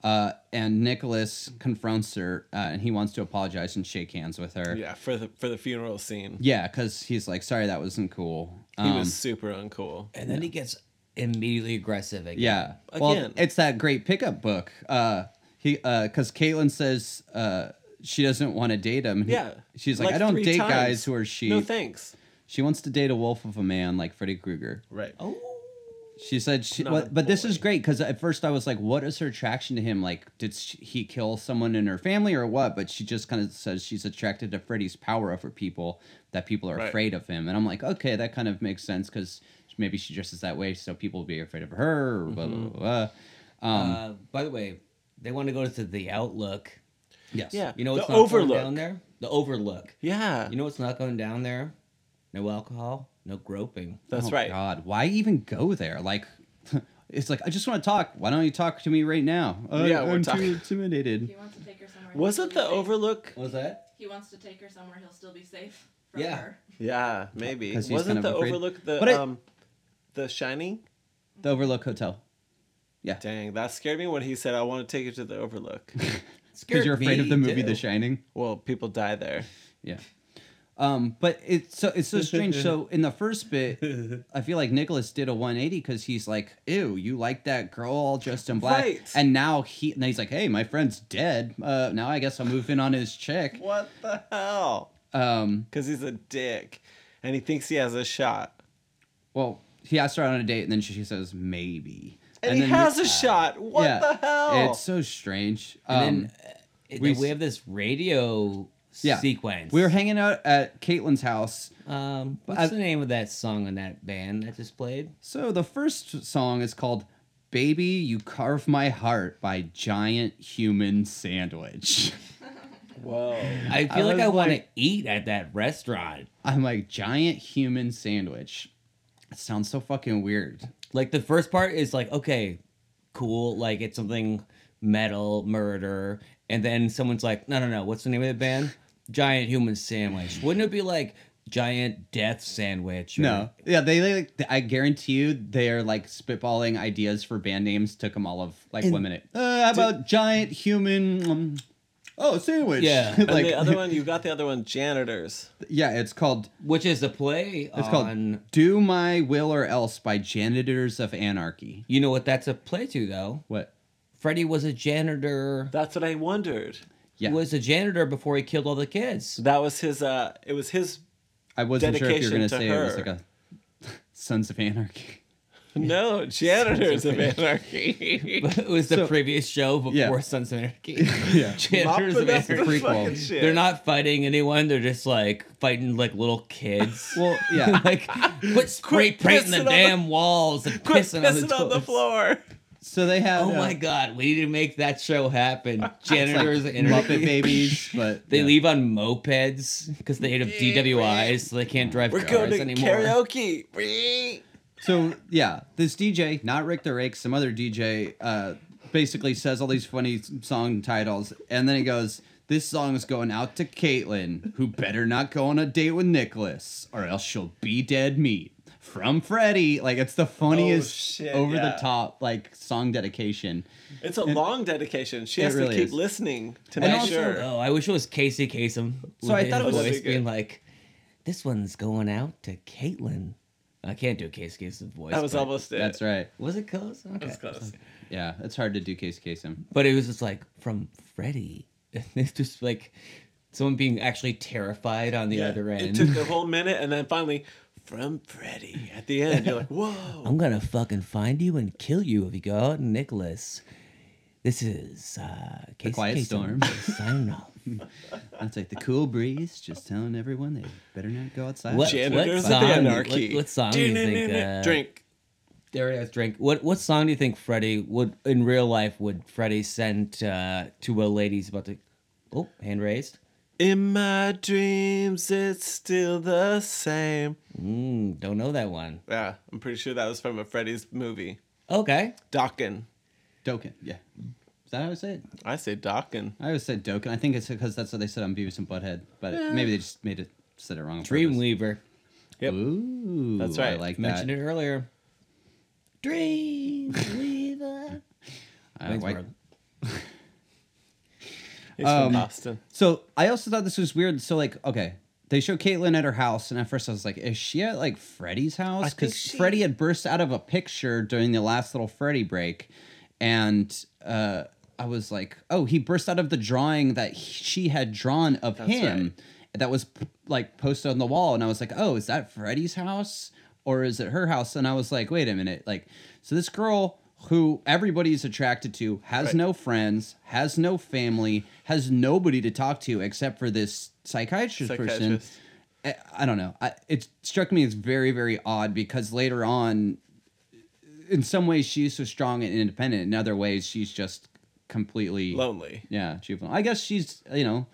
Speaker 1: Uh, and Nicholas confronts her, uh, and he wants to apologize and shake hands with her.
Speaker 3: Yeah, for the for the funeral scene,
Speaker 1: Yeah, because he's like, sorry, that wasn't cool.
Speaker 3: he
Speaker 1: Um,
Speaker 3: was super uncool.
Speaker 2: And then he gets immediately aggressive again.
Speaker 1: Yeah. Well,
Speaker 3: Again.
Speaker 1: it's that great pickup book. Uh, he uh, because Caitlin says uh she doesn't want to date him. He-
Speaker 3: Yeah,
Speaker 1: She's like, I don't
Speaker 3: three
Speaker 1: date
Speaker 3: times.
Speaker 1: guys who are sheep.
Speaker 3: No thanks.
Speaker 1: she wants to date a wolf of a man like Freddy Krueger.
Speaker 3: Right.
Speaker 2: Oh.
Speaker 1: She said, she,
Speaker 3: Not
Speaker 1: but,
Speaker 3: a
Speaker 1: but this is
Speaker 3: boy.
Speaker 1: great because at first I was like, what is her attraction to him? Like, did sh he kill someone in her family or what? But she just kind of says she's attracted to Freddy's power over people, that people are
Speaker 3: Right.
Speaker 1: afraid of him. And I'm like, okay, that kind of makes sense because maybe she dresses that way so people will be afraid of her. Or blah,
Speaker 3: Mm-hmm.
Speaker 1: blah, blah, blah.
Speaker 2: uh, by the way, they want to go to the Outlook.
Speaker 1: Yes.
Speaker 3: Yeah.
Speaker 2: You know
Speaker 3: The
Speaker 2: what's not going
Speaker 3: Overlook.
Speaker 2: down there? The Overlook.
Speaker 3: Yeah.
Speaker 2: You know what's not going down there? No alcohol, no groping.
Speaker 3: that's
Speaker 1: Oh,
Speaker 3: right.
Speaker 1: God, why even go there? Like, [laughs] it's like, I just want to talk. Why don't you talk to me right now? Uh,
Speaker 3: Yeah,
Speaker 1: I'm
Speaker 3: we're talking.
Speaker 1: too intimidated.
Speaker 4: [laughs] He wants to take her somewhere. he'll
Speaker 3: Wasn't
Speaker 4: still
Speaker 3: the
Speaker 4: be safe.
Speaker 3: Overlook?
Speaker 2: What was that?
Speaker 4: He wants to take her somewhere he'll still be safe. From
Speaker 2: Yeah.
Speaker 4: Her.
Speaker 3: Yeah, maybe.
Speaker 1: 'Cause he's
Speaker 3: Wasn't
Speaker 1: kind of
Speaker 3: the
Speaker 1: afraid.
Speaker 3: Overlook the
Speaker 1: But it-
Speaker 3: um, the Shining?
Speaker 1: The Overlook Hotel.
Speaker 3: Dang, that scared me when he said, "I want to take you to the
Speaker 1: [laughs]
Speaker 3: Overlook."
Speaker 1: Because you're afraid of the movie The
Speaker 2: The
Speaker 1: Shining.
Speaker 3: well, people die there.
Speaker 1: Yeah. Um, but it's so it's so strange. so in the first
Speaker 3: [laughs]
Speaker 1: bit, I feel like Nicholas did a 180 because he's like, "Ew, you like that girl all dressed in black,"
Speaker 3: Right.
Speaker 1: and now he and he's like, "Hey, my friend's dead. Uh, now I guess I'll move in on his chick."
Speaker 3: What the hell?
Speaker 1: Um,
Speaker 3: Because he's a dick, and he thinks he has a shot,
Speaker 1: well, he asked her out on a date, and then she says, "Maybe."
Speaker 3: and, he
Speaker 1: then
Speaker 3: has a shot. What
Speaker 1: yeah,
Speaker 3: the hell?
Speaker 1: It's so strange.
Speaker 2: And
Speaker 1: Um,
Speaker 2: then, uh,
Speaker 1: we
Speaker 2: we,
Speaker 1: s-
Speaker 2: we have this radio
Speaker 1: Yeah.
Speaker 2: sequence.
Speaker 1: we were hanging out at Caitlin's house,
Speaker 2: Um, what's
Speaker 1: I-
Speaker 2: the name of that song in that band that just played?
Speaker 1: So the first song is called Baby You Carve My Heart by Giant Human Sandwich. [laughs]
Speaker 3: Whoa.
Speaker 2: I feel like
Speaker 1: was
Speaker 2: I want to
Speaker 1: like-
Speaker 2: eat at that restaurant.
Speaker 1: I'm like, Giant Human Sandwich. It sounds so fucking weird.
Speaker 2: Like the first part is like okay, cool, like it's something metal murder, and then someone's like, no, no, no, what's the name of the band? Giant Human Sandwich. Wouldn't it be like Giant Death Sandwich? or-
Speaker 1: No. Yeah, they, they like I guarantee you they're like spitballing ideas for band names, took them all of like
Speaker 2: And-
Speaker 1: one minute. Uh, how about Giant Human um, Oh, sandwich. [laughs]
Speaker 2: Yeah.
Speaker 1: like
Speaker 3: And the other [laughs] one, you got the other one, janitors.
Speaker 1: Yeah, it's called
Speaker 2: which is a play.
Speaker 1: it's
Speaker 2: on,
Speaker 1: called Do My Will or Else by Janitors of Anarchy.
Speaker 2: You know what that's a play to though.
Speaker 1: What?
Speaker 2: Freddy was a janitor.
Speaker 3: That's what I wondered.
Speaker 1: Yeah.
Speaker 2: Was a janitor before he killed all the
Speaker 3: [laughs]
Speaker 2: kids. [laughs]
Speaker 3: That was his. Uh, it was his.
Speaker 1: I wasn't sure if you were going to
Speaker 3: dedication
Speaker 1: say
Speaker 3: to
Speaker 1: it was
Speaker 3: her.
Speaker 1: like a [laughs] Sons of
Speaker 2: [laughs]
Speaker 1: Anarchy.
Speaker 3: [laughs] No, janitors of anarchy.
Speaker 2: But it was the
Speaker 1: So-
Speaker 2: previous show before
Speaker 1: Yeah.
Speaker 2: Sons of Anarchy. [laughs]
Speaker 1: yeah.
Speaker 2: Janitors of
Speaker 3: Mopping up the [laughs]
Speaker 2: Anarchy.
Speaker 1: prequel.
Speaker 3: fucking shit.
Speaker 2: They're not fighting anyone. They're just like fighting like little kids. [laughs]
Speaker 1: Well, yeah.
Speaker 2: like quit spray
Speaker 3: Quit
Speaker 2: painting
Speaker 3: pissing
Speaker 2: the
Speaker 3: on the-
Speaker 2: damn walls and
Speaker 3: Quit
Speaker 2: pissing, on the, doors.
Speaker 3: floor.
Speaker 1: So they had
Speaker 2: Oh
Speaker 1: uh,
Speaker 2: my god, we need to make that show happen. Janitors
Speaker 1: like
Speaker 2: of Anarchy.
Speaker 1: Muppet Babies, but
Speaker 2: They
Speaker 1: yeah.
Speaker 2: leave on mopeds because they have DWIs, so they can't drive
Speaker 3: We're
Speaker 2: cars
Speaker 3: going to
Speaker 2: anymore.
Speaker 3: karaoke.
Speaker 1: So yeah, this DJ, not Rick the Rake, some other DJ, uh, basically says all these funny s- song titles, and then he goes, "This song is going out to Caitlin, who better not go on a date with Nicholas, or else she'll be dead meat." From Freddie, like it's the funniest,
Speaker 3: Oh, shit,
Speaker 1: over
Speaker 3: yeah.
Speaker 1: the top, like song dedication.
Speaker 3: It's a long dedication. She
Speaker 1: It
Speaker 3: has
Speaker 1: really
Speaker 3: to keep
Speaker 1: is.
Speaker 3: listening to
Speaker 1: And
Speaker 3: make
Speaker 1: also-
Speaker 3: sure.
Speaker 2: Oh, I wish it was Casey Kasem.
Speaker 1: So I thought it was-
Speaker 3: That'd be
Speaker 2: voice
Speaker 3: good.
Speaker 2: being like, "This one's going out to Caitlin." I can't do Casey Kasem's voice.
Speaker 3: that was
Speaker 2: but-
Speaker 3: almost it.
Speaker 1: That's right.
Speaker 2: Was it close? Okay.
Speaker 3: That was close.
Speaker 1: Yeah, it's hard to do Case Kasem.
Speaker 2: But it was just like from [laughs] Freddy. it's just like someone being actually terrified on the
Speaker 3: Yeah.
Speaker 2: other
Speaker 3: It
Speaker 2: end.
Speaker 3: took the whole minute, and then finally, from Freddy at the end, you're
Speaker 2: [laughs]
Speaker 3: like, whoa.
Speaker 2: I'm gonna fucking find you and kill you if you go out, Nicholas. This is uh, Casey
Speaker 1: Quiet
Speaker 2: Kasem
Speaker 1: Storm.
Speaker 3: [laughs]
Speaker 2: signing off.
Speaker 1: It's like the cool breeze, just telling everyone they better not go outside.
Speaker 2: What-
Speaker 3: Janitors
Speaker 2: song-
Speaker 3: of Anarchy.
Speaker 2: what- what song do you think, uh,
Speaker 3: Drink.
Speaker 2: There it is. Drink. What what song do you think Freddie would in real life would Freddie send uh, to a lady's about to? Oh, hand raised.
Speaker 3: In my dreams, it's still the same.
Speaker 2: Mm, don't know that one.
Speaker 3: Yeah, I'm pretty sure that was from a Freddy's movie.
Speaker 2: Okay.
Speaker 3: Dokken.
Speaker 1: Dokken, yeah. Is that how I say it?
Speaker 3: I say Dokken.
Speaker 1: I always said Dokken. I think it's because that's what they said on Beavis and Butthead, but maybe they just made it said it wrong. on purpose.
Speaker 2: Dreamweaver.
Speaker 3: Yep.
Speaker 1: Ooh,
Speaker 3: That's
Speaker 1: I
Speaker 3: right.
Speaker 1: like
Speaker 2: Mentioned
Speaker 1: that.
Speaker 2: it earlier. Dreamweaver.
Speaker 1: I like-
Speaker 2: Wayne's World.
Speaker 3: He's
Speaker 1: Um,
Speaker 3: from Boston.
Speaker 1: So I also thought this was weird. So like, okay, they show Caitlyn at her house, and at first I was like, is she at like Freddy's house?
Speaker 3: think
Speaker 1: Because
Speaker 3: she-
Speaker 1: Freddy had burst out of a picture during the last little Freddy break, and uh, I was like, oh, he burst out of the drawing that he- she had drawn of him that was p- like posted on the wall, and I was like, oh, is that Freddy's house or is it her house? And I was like, wait a minute, like, so this girl who everybody's attracted to has no friends, has no family, has nobody to talk to except for this psychiatrist, person.
Speaker 3: Psychiatrist.
Speaker 1: I, I don't know. I, it struck me as very, very odd because later on, in some ways, she's so strong and independent. In other ways, she's just completely
Speaker 3: Lonely.
Speaker 1: Yeah, juvenile. I guess she's you know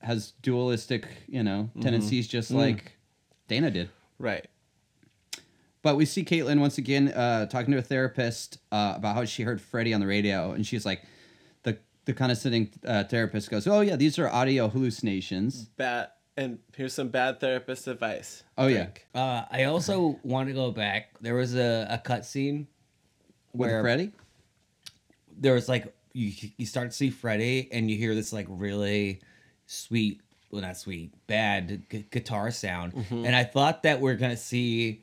Speaker 1: has dualistic you know tendencies, just like Dana did.
Speaker 3: Right.
Speaker 1: But we see Caitlin once again uh, talking to a therapist uh, about how she heard Freddie on the radio, and she's like, the the condescending uh, therapist goes, "Oh yeah, these are audio hallucinations."
Speaker 3: Bad. And here's some bad therapist advice.
Speaker 1: Oh
Speaker 2: yeah. Uh, I also want to go back. There was a, a cut scene
Speaker 1: yeah, with
Speaker 2: Where-
Speaker 1: Freddie.
Speaker 2: there was like you you start to see Freddie and you hear this like really sweet well not sweet bad gu- guitar sound
Speaker 3: Mm-hmm.
Speaker 2: and I thought that we're gonna see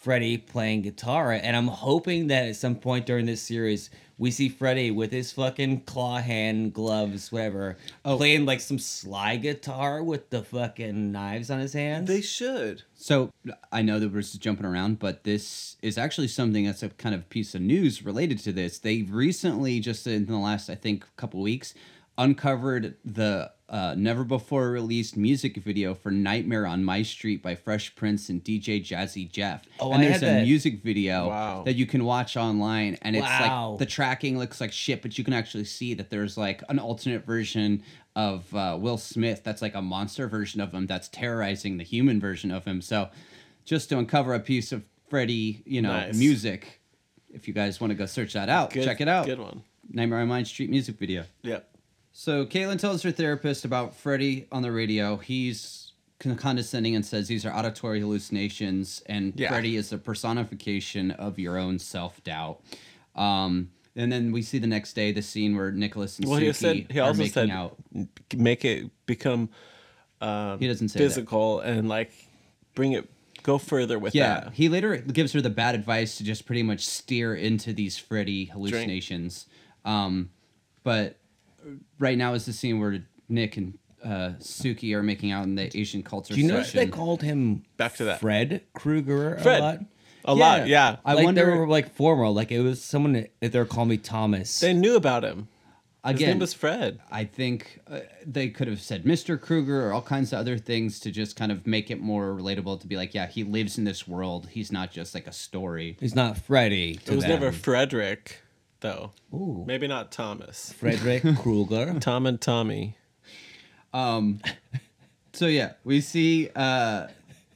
Speaker 2: Freddie playing guitar and I'm hoping that at some point during this series we see Freddie with his fucking claw hand gloves whatever
Speaker 3: Oh.
Speaker 2: playing like some sly guitar with the fucking knives on his hands.
Speaker 3: They should.
Speaker 1: So I know that we're just jumping around, but this is actually something that's a kind of piece of news related to this. They recently, just in the last, I think, couple weeks, uncovered the uh, never before released music video for "Nightmare on My Street" by Fresh Prince and DJ Jazzy Jeff.
Speaker 2: Oh,
Speaker 1: and
Speaker 2: I
Speaker 1: there's
Speaker 2: had
Speaker 1: a
Speaker 2: that.
Speaker 1: music video
Speaker 3: Wow.
Speaker 1: that you can watch online, and it's
Speaker 2: Wow.
Speaker 1: like the tracking looks like shit, but you can actually see that there's like an alternate version of uh, Will Smith that's like a monster version of him that's terrorizing the human version of him. So just to uncover a piece of Freddy, you know,
Speaker 3: Nice.
Speaker 1: music, if you guys want to go search that out,
Speaker 3: Good-
Speaker 1: check it out.
Speaker 3: Good one.
Speaker 1: Nightmare on Mine Street music video.
Speaker 3: Yep.
Speaker 1: So Caitlin tells her therapist about Freddie on the radio. He's con- condescending and says these are auditory hallucinations, and
Speaker 3: Yeah.
Speaker 1: Freddie is a personification of your own self doubt. Um, and then we see the next day the scene where Nicholas and
Speaker 3: Well, he
Speaker 1: Suki
Speaker 3: said- he
Speaker 1: are
Speaker 3: also
Speaker 1: making
Speaker 3: said-
Speaker 1: out.
Speaker 3: Make it become um,
Speaker 1: He doesn't say that.
Speaker 3: physical and like bring it, go further with
Speaker 1: Yeah,
Speaker 3: that.
Speaker 1: he later gives her the bad advice to just pretty much steer into these Freddy hallucinations. Um, but right now is the scene where Nick and uh, Suki are making out in the Asian culture
Speaker 2: Do you notice
Speaker 1: session.
Speaker 2: they called him
Speaker 3: Back to that.
Speaker 2: Fred Krueger a
Speaker 3: Fred.
Speaker 2: lot?
Speaker 3: A lot. Yeah.
Speaker 1: I
Speaker 2: I like
Speaker 1: wonder-
Speaker 2: they were like formal, like it was someone that they were calling me Thomas.
Speaker 3: They knew about him. His
Speaker 1: Again,
Speaker 3: name was Fred.
Speaker 1: I think uh, they could have said Mr. Kruger or all kinds of other things to just kind of make it more relatable to be like, yeah, he lives in this world. He's not just like a story.
Speaker 2: He's not Freddy. To
Speaker 3: It was
Speaker 2: them.
Speaker 3: never Frederick, though.
Speaker 2: Ooh.
Speaker 3: Maybe not Thomas. [laughs]
Speaker 2: Frederick Krueger.
Speaker 3: Tom and Tommy.
Speaker 1: So yeah, we see uh,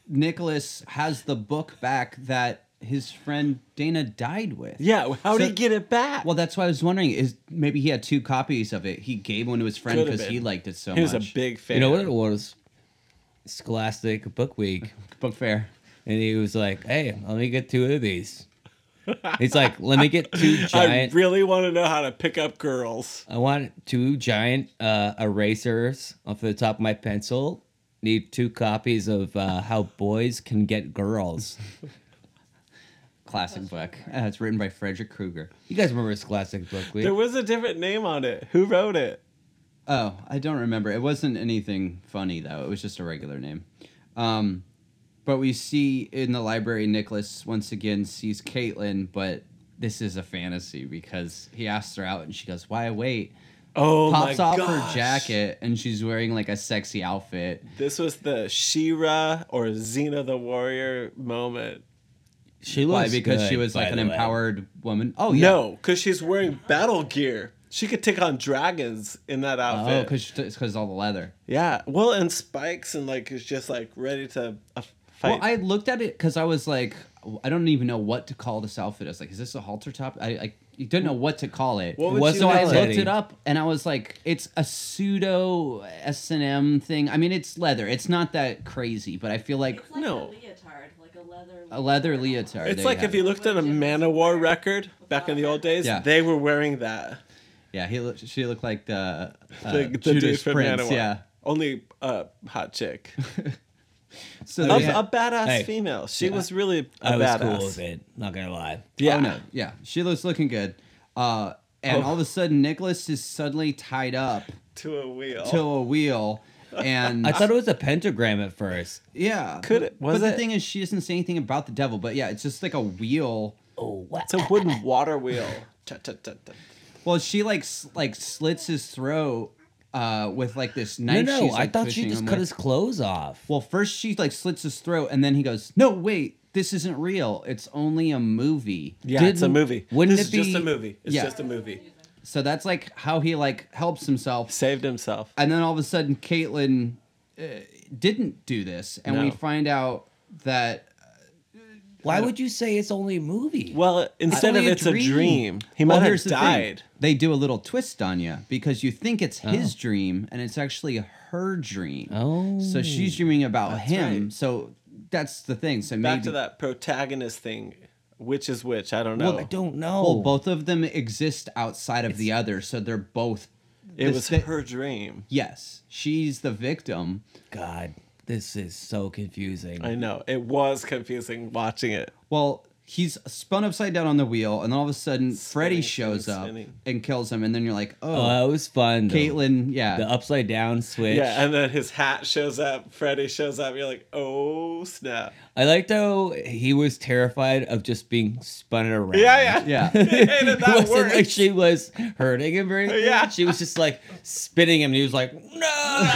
Speaker 1: Nicholas has the book back that his friend Dana died with.
Speaker 3: Yeah. How
Speaker 1: So-
Speaker 3: did he get it back?
Speaker 1: Well, that's why I was wondering is maybe he had two copies of it. He gave one to his friend
Speaker 3: Could have
Speaker 1: because he
Speaker 3: been.
Speaker 1: liked it so
Speaker 3: he
Speaker 1: much.
Speaker 3: was a big fan.
Speaker 2: You know what it was? Scholastic
Speaker 3: [laughs]
Speaker 2: Book Week,
Speaker 1: book fair.
Speaker 2: and he was like, "Hey, let me get two of these." He's like, "Let me get two
Speaker 3: [laughs] I
Speaker 2: giant.
Speaker 3: really want to know how to pick up girls.
Speaker 2: I want two giant uh, erasers off the top of my pencil. Need two copies of uh, How Boys Can Get Girls."
Speaker 1: Classic book. Uh, it's written by Frederick Krueger.
Speaker 2: You guys remember Scholastic Book Week?
Speaker 3: There was a different name on it. Who wrote it?
Speaker 1: Oh, I don't remember. It wasn't anything funny though. It was just a regular name. Um, but we see in the library, Nicholas once again sees Caitlin, but this is a fantasy because he asks her out and she goes, "Why wait?"
Speaker 3: Oh
Speaker 1: Pops
Speaker 3: my
Speaker 1: off
Speaker 3: gosh.
Speaker 1: her jacket and she's wearing like a sexy outfit.
Speaker 3: This was the Shira or Xena the Warrior moment.
Speaker 2: she
Speaker 1: Why?
Speaker 2: looks
Speaker 1: Because she
Speaker 2: good,
Speaker 1: was
Speaker 2: by
Speaker 1: like an
Speaker 2: the way.
Speaker 1: empowered woman. Oh yeah.
Speaker 3: No, because she's wearing battle gear. She could take on dragons in that
Speaker 1: Oh,
Speaker 3: outfit.
Speaker 1: because because all the leather.
Speaker 3: yeah, well, and spikes and like is just like ready to uh,
Speaker 1: Well,
Speaker 3: fight.
Speaker 1: I looked at it because I was like, I don't even know what to call this outfit. I was like, is this a halter top? I, I you didn't know what to call it.
Speaker 3: What
Speaker 2: It
Speaker 3: would
Speaker 2: wasn't
Speaker 1: so I
Speaker 2: a lady.
Speaker 1: looked it up and I was like, it's a pseudo S and M thing. I mean, it's leather. It's not that crazy, but I feel like
Speaker 4: It's like
Speaker 3: No.
Speaker 4: a leotard, like a leather.
Speaker 1: a leather
Speaker 4: almost.
Speaker 1: leotard.
Speaker 3: it's
Speaker 1: there
Speaker 3: like
Speaker 1: have
Speaker 3: if you
Speaker 1: it.
Speaker 3: looked at a Man of War record back in the old days,
Speaker 1: Yeah.
Speaker 3: they were wearing that.
Speaker 1: Yeah, he looked. She looked like the, uh,
Speaker 3: the, the dude
Speaker 1: Judas
Speaker 3: from
Speaker 1: Prince.
Speaker 3: Manowar.
Speaker 1: Yeah.
Speaker 3: Only uh, hot chick.
Speaker 1: So
Speaker 3: A,
Speaker 1: they had-
Speaker 3: a badass
Speaker 2: Hey.
Speaker 3: female. She was really a
Speaker 2: I was
Speaker 3: badass.
Speaker 2: cool with it. Not gonna lie.
Speaker 3: Yeah. Oh.
Speaker 1: Oh no, yeah, she looks looking good. Uh, and all of a sudden, Nicholas is suddenly tied up
Speaker 3: To a wheel.
Speaker 1: to a wheel, and
Speaker 2: I thought it was a pentagram at first.
Speaker 1: yeah,
Speaker 3: Could it- was
Speaker 1: but the
Speaker 3: it-
Speaker 1: thing is, she doesn't say anything about the devil, but yeah, it's just like a wheel.
Speaker 2: Oh wow!
Speaker 3: it's a wooden water wheel. Cha, cha, cha, cha.
Speaker 1: Well, she like s- like slits his throat uh, with like this
Speaker 2: no,
Speaker 1: knife.
Speaker 2: no,
Speaker 1: she's,
Speaker 2: I
Speaker 1: like,
Speaker 2: thought
Speaker 1: pushing
Speaker 2: she just
Speaker 1: him
Speaker 2: cut
Speaker 1: with.
Speaker 2: his clothes off.
Speaker 1: Well, first she like slits his throat, and then he goes, "No, wait, this isn't real. It's only a movie."
Speaker 3: Yeah, it's a
Speaker 2: Didn't-
Speaker 3: movie.
Speaker 2: wouldn't
Speaker 3: this
Speaker 2: it
Speaker 3: is just a
Speaker 2: be-
Speaker 3: movie. It's
Speaker 1: Yeah.
Speaker 3: just a movie.
Speaker 1: So that's like how he like helps himself.
Speaker 3: Saved himself.
Speaker 1: and then all of a sudden Caitlyn uh, didn't do this, and we
Speaker 3: No.
Speaker 1: find out that
Speaker 2: Why would you say it's only a movie?
Speaker 3: Well, instead
Speaker 1: only
Speaker 3: of
Speaker 1: a
Speaker 3: it's a
Speaker 1: dream.
Speaker 3: dream, he
Speaker 1: Well,
Speaker 3: might
Speaker 1: here's
Speaker 3: have
Speaker 1: the thing.
Speaker 3: died.
Speaker 1: They do a little twist on you because you think it's his dream, and it's actually her dream.
Speaker 2: oh,
Speaker 1: so she's dreaming about him.
Speaker 3: right.
Speaker 1: So that's the thing. So
Speaker 3: Back
Speaker 1: maybe
Speaker 3: to that protagonist thing. Which is which? I don't know.
Speaker 2: Well, I don't know.
Speaker 1: Well, both of them exist outside of the other, so they're both.
Speaker 3: it
Speaker 1: this-
Speaker 3: was
Speaker 1: they-
Speaker 3: her dream.
Speaker 1: Yes, she's the victim.
Speaker 2: God, this is so confusing.
Speaker 3: I know. It was confusing watching it.
Speaker 1: Well, he's spun upside down on the wheel, and all of a sudden, Freddy
Speaker 3: Spinning,
Speaker 1: shows
Speaker 3: spinning,
Speaker 1: up
Speaker 3: spinning.
Speaker 1: and kills him, and then you're like,
Speaker 2: oh, that
Speaker 1: oh,
Speaker 2: was fun. though.
Speaker 1: Caitlyn, yeah,
Speaker 2: the upside down switch.
Speaker 3: Yeah, and then his hat shows up. Freddy shows up. You're like, oh snap!
Speaker 2: I liked how he was terrified of just being spun around.
Speaker 3: Yeah, yeah,
Speaker 1: [laughs] yeah.
Speaker 3: [laughs] He hated
Speaker 2: [laughs] It
Speaker 3: that
Speaker 2: wasn't
Speaker 3: word.
Speaker 2: like she was hurting him or anything.
Speaker 3: Yeah.
Speaker 2: She was just like spinning him and he was like,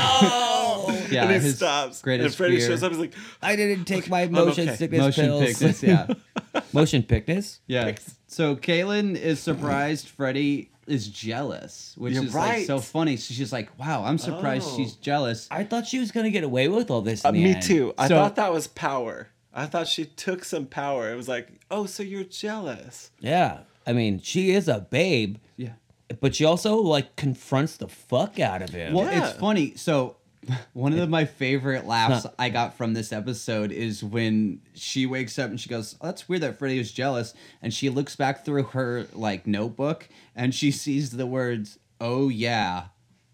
Speaker 2: No
Speaker 1: Yeah,
Speaker 3: and he
Speaker 1: his
Speaker 3: stops. And
Speaker 1: greatest
Speaker 3: Freddy
Speaker 1: fear-
Speaker 3: shows up. He's like,
Speaker 2: I didn't take my motion
Speaker 3: okay.
Speaker 2: sickness
Speaker 1: motion
Speaker 2: pills.
Speaker 1: pickness.
Speaker 3: [laughs]
Speaker 1: Yeah,
Speaker 2: motion pickness?
Speaker 1: yeah. So Kaylin is surprised. Freddie is jealous, which
Speaker 3: You're
Speaker 1: is like
Speaker 3: right.
Speaker 1: so funny. So she's like, "Wow, I'm surprised
Speaker 3: Oh.
Speaker 1: she's jealous."
Speaker 2: I thought she was gonna get away with all this.
Speaker 3: Uh,
Speaker 2: in the
Speaker 3: me
Speaker 2: end.
Speaker 3: too. I
Speaker 1: So-
Speaker 3: thought that was power. I thought she took some power. It was like, oh, so you're jealous.
Speaker 2: Yeah. I mean, she is a babe,
Speaker 1: Yeah.
Speaker 2: but she also like confronts the fuck out of him.
Speaker 1: Well,
Speaker 3: Yeah.
Speaker 1: it's funny. So [laughs] one of my favorite laughs I got from this episode is when she wakes up and she goes, oh, "That's weird that Freddie was jealous," and she looks back through her like notebook and she sees the words, "Oh yeah,"